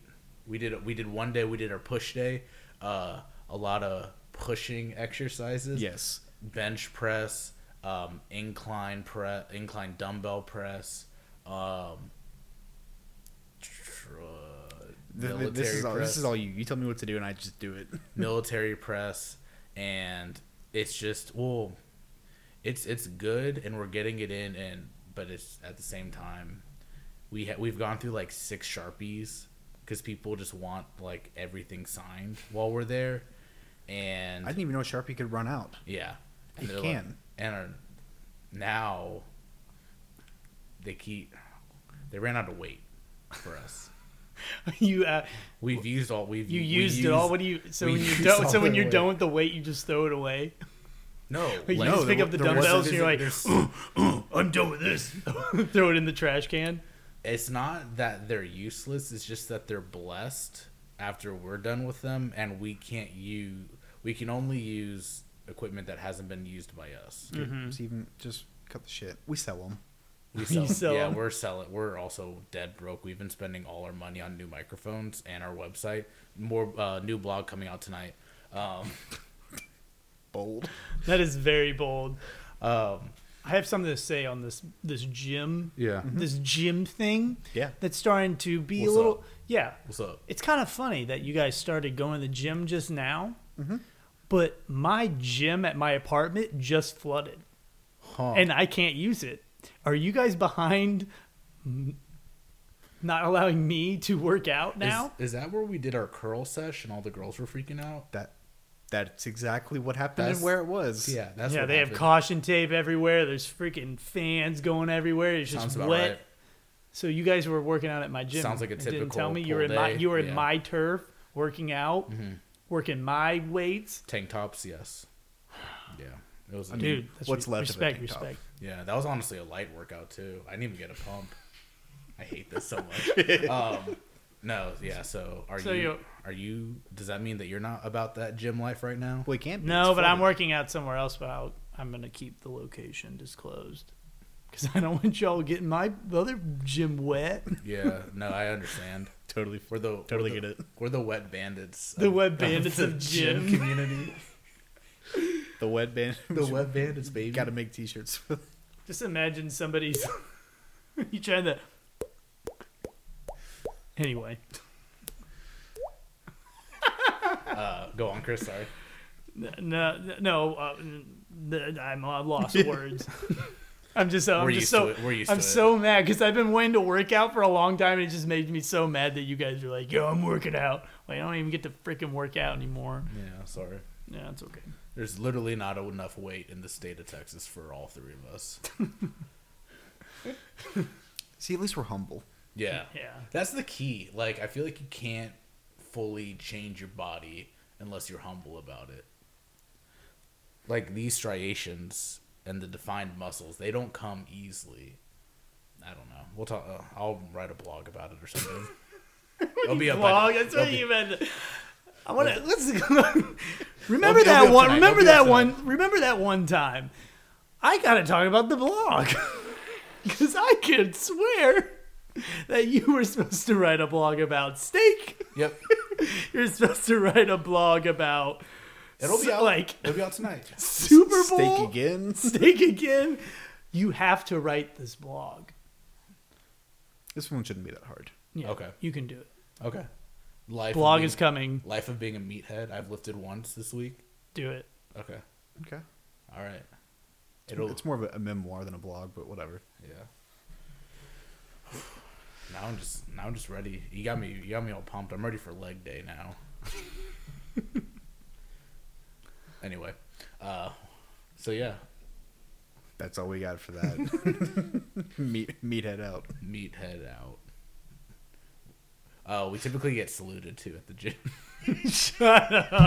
A: we did we did one day. We did our push day. Uh, a lot of pushing exercises.
C: Yes.
A: bench press, um, incline press, incline dumbbell press, um, tr- uh,
C: Th- th-
A: military
C: this is all,
A: press,
C: this is all you. You tell me what to do and I just do it.
A: military press, and it's just well, it's it's good, and we're getting it in, and but it's at the same time, we ha- we've gone through like six sharpies because people just want like everything signed while we're there, and
C: I didn't even know Sharpie could run out.
A: yeah,
C: It
A: they're Like,
C: can.
A: and are, now they keep they ran out of weight for us.
B: you uh,
A: We've used all we've
B: you
A: we
B: used, it all. What do you? So
A: we
B: when you
A: used
B: don't,
A: all
B: so when
A: the
B: you're
A: weight.
B: done with the weight, you just throw it away.
A: No,
B: You
A: like-
B: just
C: there
B: pick up
C: wa-
B: the
C: there was-
B: dumbbells and you're like,
A: there's-
B: I'm done with this. throw it in the trash can.
A: it's not that they're useless. It's just that they're blessed after we're done with them, and we can't use we can only use equipment that hasn't been used by us.
C: Dude,
B: Mm-hmm.
C: just even just cut the shit. We sell them.
A: We sell,
B: sell
A: yeah,
B: 'em.
A: we're selling. We're also dead broke. We've been spending all our money on new microphones and our website. More uh, new blog coming out tonight. Um,
C: Bold.
B: That is very bold.
A: um,
B: I have something to say on this this gym,
A: yeah.
B: this gym thing.
C: Yeah.
B: that's starting to be
A: What's
B: a little.
A: up?
B: Yeah,
A: What's up?
B: it's kind of funny that you guys started going to the gym just now,
A: Mm-hmm.
B: but my gym at my apartment just flooded
A: Huh.
B: and I can't use it. Are you guys behind not allowing me to work out now.
A: Is, is that where we did our curl sesh and all the girls were freaking out?
C: That that's exactly what happened
A: That's-
C: and where it was.
A: Yeah, that's
B: yeah,
A: what
B: they
A: happened.
B: have caution tape everywhere. There's freaking fans going everywhere. It's just
A: Sounds about
B: wet.
A: right.
B: So you guys were working out at my gym.
A: Sounds like a
B: and didn't
A: typical
B: tell me you were
A: pool
B: in my
A: day.
B: you were in
A: Yeah. Mm-hmm.
B: my turf working out, working my weights.
A: Tank tops, yes. Yeah, it was.
C: mean-
B: Dude, that's
C: what's
B: re-
C: left of a
B: respect,
C: tank top?
B: respect.
A: yeah, that was honestly a light workout too. I didn't even get a pump. I hate this so much. um, no, yeah. So are
B: So
A: you?
B: you-
A: Are you? Does that mean that you're not about that gym life right now?
C: Well, it can't. Be.
B: No,
C: It's
B: but
C: flooded.
B: I'm working out somewhere else. But I'll, I'm gonna keep the location disclosed because I don't want y'all getting my other gym wet.
A: Yeah. No, I understand.
C: totally.
A: We're the
C: Totally
A: we're the,
C: get it.
A: We're the wet bandits.
B: The
A: of-
B: wet bandits of gym.
A: community.
C: The wet band.
A: The wet bandits, baby.
C: Got to make t-shirts. for that.
B: Just imagine somebody's you trying to. Anyway,
A: uh, go on, Chris. Sorry.
B: n- no, no, uh, n- n- I'm I lost words. I'm just, I'm
A: We're
B: just
A: used
B: so,
A: to it. We're used
B: I'm
A: to it.
B: so mad because I've been wanting to work out for a long time, and it just made me so mad that you guys are like, "Yo, I'm working out." Like, I don't even get to freaking work out anymore.
A: Yeah. Sorry.
B: Yeah, it's okay.
A: There's literally not enough weight in the state of Texas for all three of us.
C: See, at least we're humble.
A: Yeah.
B: Yeah.
A: That's the key. Like I feel like you can't fully change your body unless you're humble about it. Like these striations and the defined muscles, they don't come easily. I don't know. We'll talk. Uh, I'll write a blog about it or something. it'll be up.
B: Vlog.
A: By,
B: That's
A: it'll
B: what
A: be-
B: you meant. I want to let's remember
A: It'll be up
B: that one.
A: tonight.
B: Remember
A: It'll be up
B: that one. Remember that one time. I gotta talk about the blog because I could swear that you were supposed to write a blog about steak.
A: yep.
B: You're supposed to write a blog about
A: It'll be
B: s-
A: out.
B: like
A: it'll be out tonight.
B: Super Bowl
C: Steak again.
B: Steak again. You have to write this blog.
C: This one shouldn't be that hard.
B: Yeah,
A: Okay.
B: you can do it.
A: Okay. Life of
B: Blog
A: being-
B: is coming.
A: Life of being a meathead. I've lifted once this week.
B: Do it.
A: Okay.
C: Okay.
A: All right. It'll.
C: It's more of a, a memoir than a blog, but whatever.
A: Yeah. Now I'm just now I'm just ready. You got me you got me all pumped. I'm ready for leg day now. anyway, uh so yeah,
C: That's all we got for that. Meat, meathead out.
A: meathead out. Uh, we typically get saluted to at the gym.
B: Shut up.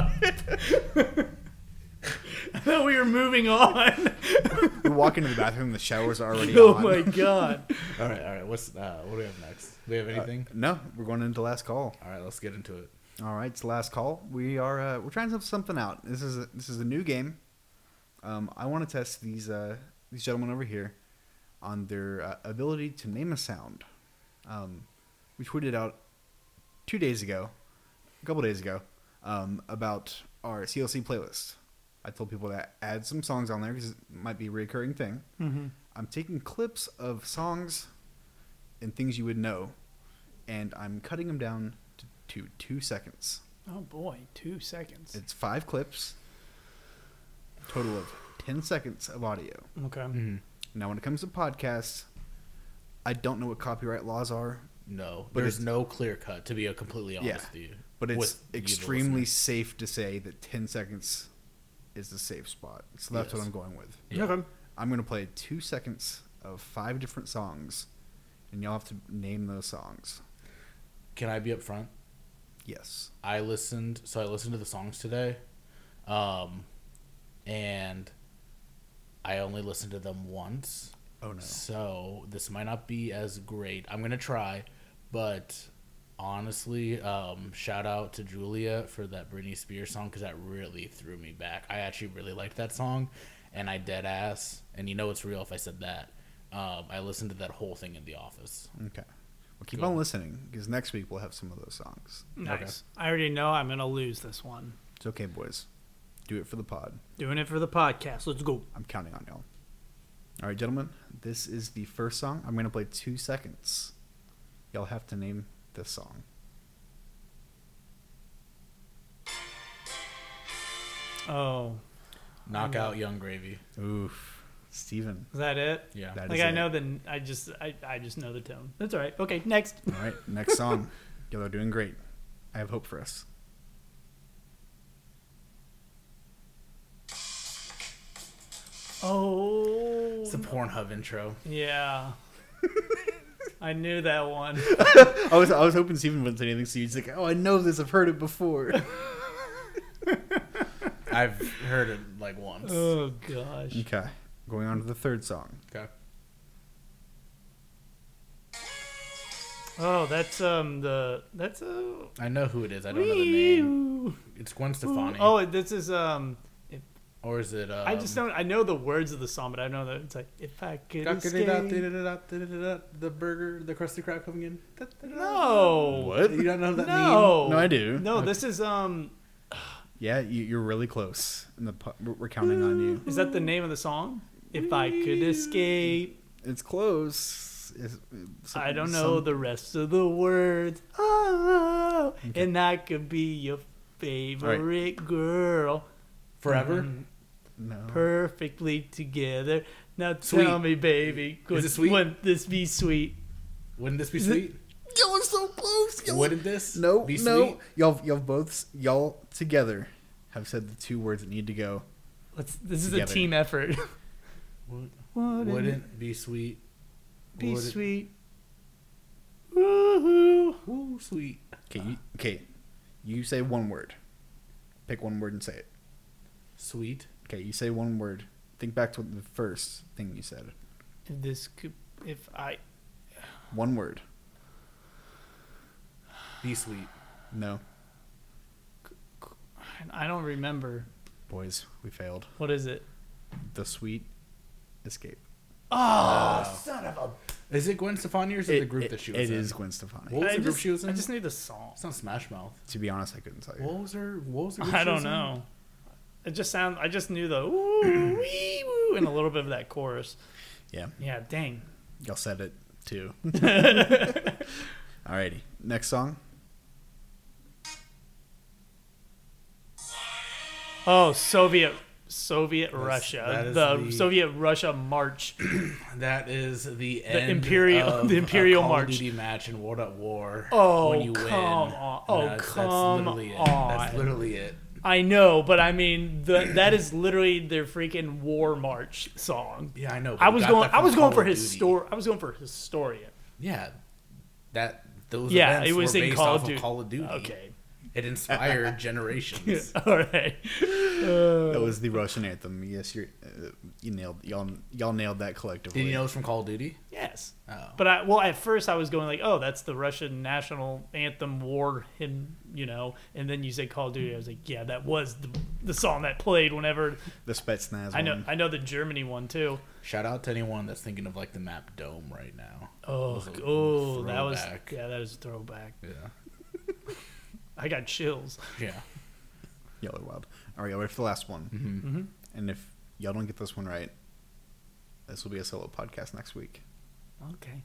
B: I thought we were moving on.
C: We walk into the bathroom. The shower's already
B: oh
C: on.
B: my god.
A: all right, all right. Uh, What's uh, what do we have next? Do we have anything?
C: Uh, No, we're going into last call.
A: all right, let's get into it.
C: All right, it's last call. We are uh, we're trying something out. This is a, this is a new game. Um, I want to test these uh, these gentlemen over here on their uh, ability to name a sound. Um, we tweeted out two days ago, a couple days ago, um, about our CLC playlist. I told people to add some songs on there because it might be a recurring thing. I'm taking clips of songs and things you would know, and I'm cutting them down to, to two seconds.
B: Oh boy, two seconds.
C: It's five clips, total of 10 seconds of audio.
B: Okay.
C: Now, when it comes to podcasts, I don't know what copyright laws are,
A: No,
C: But
A: there's
C: it's-
A: no clear cut. To be completely honest
C: Yeah,
A: with you,
C: but it's
A: with you, the
C: extremely
A: listener.
C: safe to say that 10 seconds is the safe spot. So that's
A: Yes.
C: what I'm going with.
A: Yeah.
B: Okay.
C: I'm going to play two seconds of five different songs, and y'all have to name those songs.
A: Can I be up front?
C: Yes.
A: I listened. So I listened to the songs today, um, and I only listened to them once.
C: Oh, no.
A: So this might not be as great. I'm gonna try, but honestly, um, shout out to Julia for that Britney Spears song because that really threw me back. I actually really liked that song, and I dead ass. And you know it's real if I said that. Um, I listened to that whole thing in the office.
C: Okay. Well, keep
A: Go.
C: on listening because next week we'll have some of those songs.
B: Nice. I already know I'm gonna lose this one.
C: It's okay, boys. Do it for the pod.
B: Doing it for the podcast. Let's go.
C: I'm counting on y'all. All right, gentlemen. This is the first song. I'm going to play two seconds. Y'all have to name this song.
B: Oh. Oh.
A: Knockout Young Gravy.
C: Oof. Steven.
B: Is that it?
A: Yeah.
C: That
B: like
C: is
B: I
C: it.
B: know the I just I, I just know the tone. That's all right. Okay, next.
C: All right, next song. Y'all are doing great. I have hope for us.
B: Oh.
A: It's a Pornhub intro.
B: Yeah. I knew that one.
C: I was I was hoping Steven wouldn't say anything, so he's like, "Oh, I know this. I've heard it before."
A: I've heard it like once.
B: Oh gosh.
C: okay, going on to the third song.
A: okay.
B: Oh, that's um the that's a
A: I know who it is. I don't know the name. It's Gwen Stefani. Oh,
B: Oh, this is um
A: or is it? Um,
B: I just don't I know the words of the song, but I don't know that it's like if I could escape.
A: The burger, the crusty crab coming in.
B: No.
C: What?
A: You don't know that meme?
B: No.
C: No, I do.
B: Oh. No,
C: Okay.
B: this is um
C: Yeah, you, you're really close, and the pu- we're we're counting on you.
B: is that the name of the song? If I could escape.
C: It's close. It's- it's-
B: I don't know
C: some-
B: the rest of the words. Oh, and I could be your favorite girl.
A: Forever.
B: Mm-hmm.
C: no.
B: perfectly together. Now
A: Sweet.
B: tell me, baby, could,
A: it sweet?
B: wouldn't this be sweet?
A: Wouldn't this be sweet?
C: Y'all are so close. Y'all
A: Wouldn't this?
C: no,
A: Be
C: no.
A: sweet?
C: Y'all, y'all both, y'all together, have said the two words that need to go.
B: Let's. This is
C: Together.
B: a team effort.
A: Would-
B: Wouldn't,
A: Wouldn't be sweet.
B: be
A: would it-
B: sweet? Woohoo!
A: Ooh, sweet.
C: Okay, you, okay. You say one word. Pick one word and say it.
A: Sweet.
C: Okay, you say one word. Think back to the first thing you said.
B: If this could, if I,
C: One word.
A: Be sweet.
C: No,
B: I don't remember.
C: boys, we failed.
B: What is it?
C: The sweet escape.
A: Ah,
C: Ah.
A: Is it Gwen Stefani or is it, the group that she was
C: It
A: in?
C: is Gwen Stefani.
A: What was
B: I
A: the group
B: just,
A: she was in?
B: I just knew the song.
A: It's not Smash Mouth.
C: To be honest, I couldn't tell you.
A: What was her? What was the group
B: I
A: she was
B: don't
A: in?
B: know. It just sound. I just knew the ooh wee woo and a little bit of that chorus.
C: Yeah,
B: Yeah, dang.
C: y'all said it too. Alrighty, next song.
B: Oh, Soviet Soviet Russia.
A: that is
B: the
A: the-
B: Soviet Russia march.
A: That is the end
B: Imperial-
A: of
B: the
A: a
B: Imperial
A: Call
B: March.
A: of Duty match in World at War.
B: Oh, come on. Oh, come
A: that's literally It. That's
B: on.
A: literally it.
B: I know, but I mean the, that is literally their freaking war march song.
A: Yeah, I know. but
B: I
A: we
B: was
A: got
B: going
A: that
B: I
A: from
B: was going
A: Call
B: for
A: of Duty.
B: histor I was going for historian.
A: Yeah, that those
B: Yeah,
A: events
B: it was
A: were
B: in
A: based
B: Call of
A: off
B: Duty.
A: of Call of Duty.
B: Okay.
A: it inspired generations.
B: All right. Uh,
C: That was the Russian anthem. Yes, you uh, you nailed y'all y'all nailed that collectively.
A: Did you know it was from Call of Duty?
B: Yes.
A: Oh.
B: But I well at first I was going like, "Oh, that's the Russian national anthem war hymn, you know." And then you said Call of Duty. I was like, "Yeah, that was the, the song that played whenever
C: the Spetsnaz?
B: I know
C: one.
B: I know the Germany one too."
A: Shout out to anyone that's thinking of like the map dome right now.
B: Oh,
A: was a
B: oh, that was
A: throwback.
B: yeah, that is a throwback.
A: Yeah,
B: I got chills.
A: yeah.
C: Y'all are wild. All right, y'all ready for the last one? Mm-hmm. And if y'all don't get this one right, this will be a solo podcast next week.
B: Okay.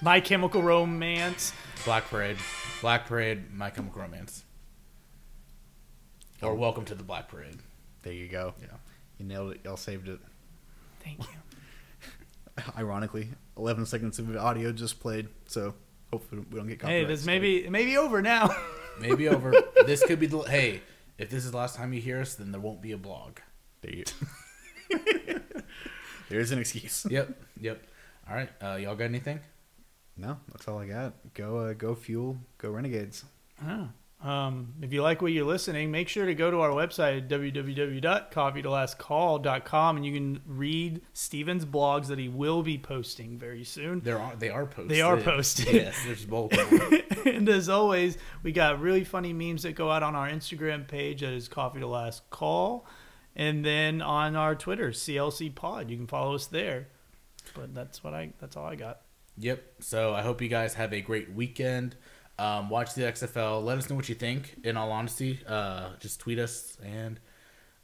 B: My Chemical Romance.
A: Black Parade, Black Parade, My Chemical Romance, or Welcome to the Black Parade.
C: There you go.
A: Yeah.
C: You nailed it. Y'all saved it.
B: Thank you.
C: Ironically, 11 seconds of audio just played, so hopefully we don't get caught.
B: hey, this maybe it may be over now.
A: Maybe over. This could be the hey. If this is the last time you hear us, then there won't be a blog.
C: There you There's an excuse.
A: Yep, yep. All right, uh, y'all got anything?
C: No, that's all I got. Go, uh, go fuel, go renegades.
B: um, if you like what you're listening, make sure to go to our website at www.coffeetolastcall.com and you can read Steven's blogs that he will be posting very soon.
A: There are they are posted.
B: They are posted.
A: Yes, there's both. of them.
B: and as always, we got really funny memes that go out on our Instagram page that is Coffee to Last Call, and then on our Twitter CLC Pod. You can follow us there. But that's what I. That's all I got.
A: yep. So I hope you guys have a great weekend. Um, watch the XFL. Let us know what you think. In all honesty, uh, just tweet us and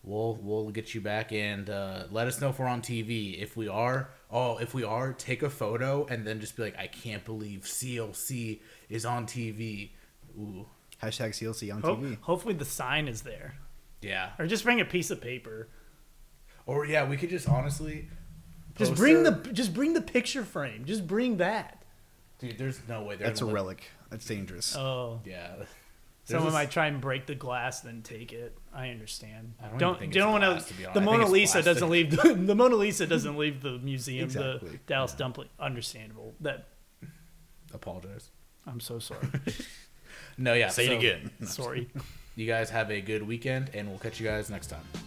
A: we'll we'll get you back and uh, let us know if we're on TV. If we are, oh, if we are, take a photo and then just be like, I can't believe CLC is on TV. Ooh.
C: Hashtag CLC on
B: Ho-
C: TV.
B: Oh. hopefully the sign is there.
A: Yeah.
B: or just bring a piece of paper.
A: Or yeah, we could just honestly
B: Just
A: poster-
B: bring the just bring the picture frame. Just bring that.
A: dude. There's no way they're
C: That's a
A: gonna let-
C: relic. That's dangerous.
B: Oh,
A: Yeah. There's
B: someone
A: this-
B: might try and break the glass, then take it. I understand.
A: I don't
B: don't
A: even
B: don't,
A: think it's
B: want
A: glass, to be honest.
B: The
A: I think
B: Mona
A: it's
B: Lisa doesn't
A: plastic.
B: leave the, the Mona Lisa doesn't leave the museum. The
C: Exactly.
B: Dallas dumpling. Understandable. That
A: apologize.
B: I'm so sorry.
A: No, yeah.
D: Say
A: so
D: it again.
B: sorry.
A: You guys have a good weekend, and we'll catch you guys next time.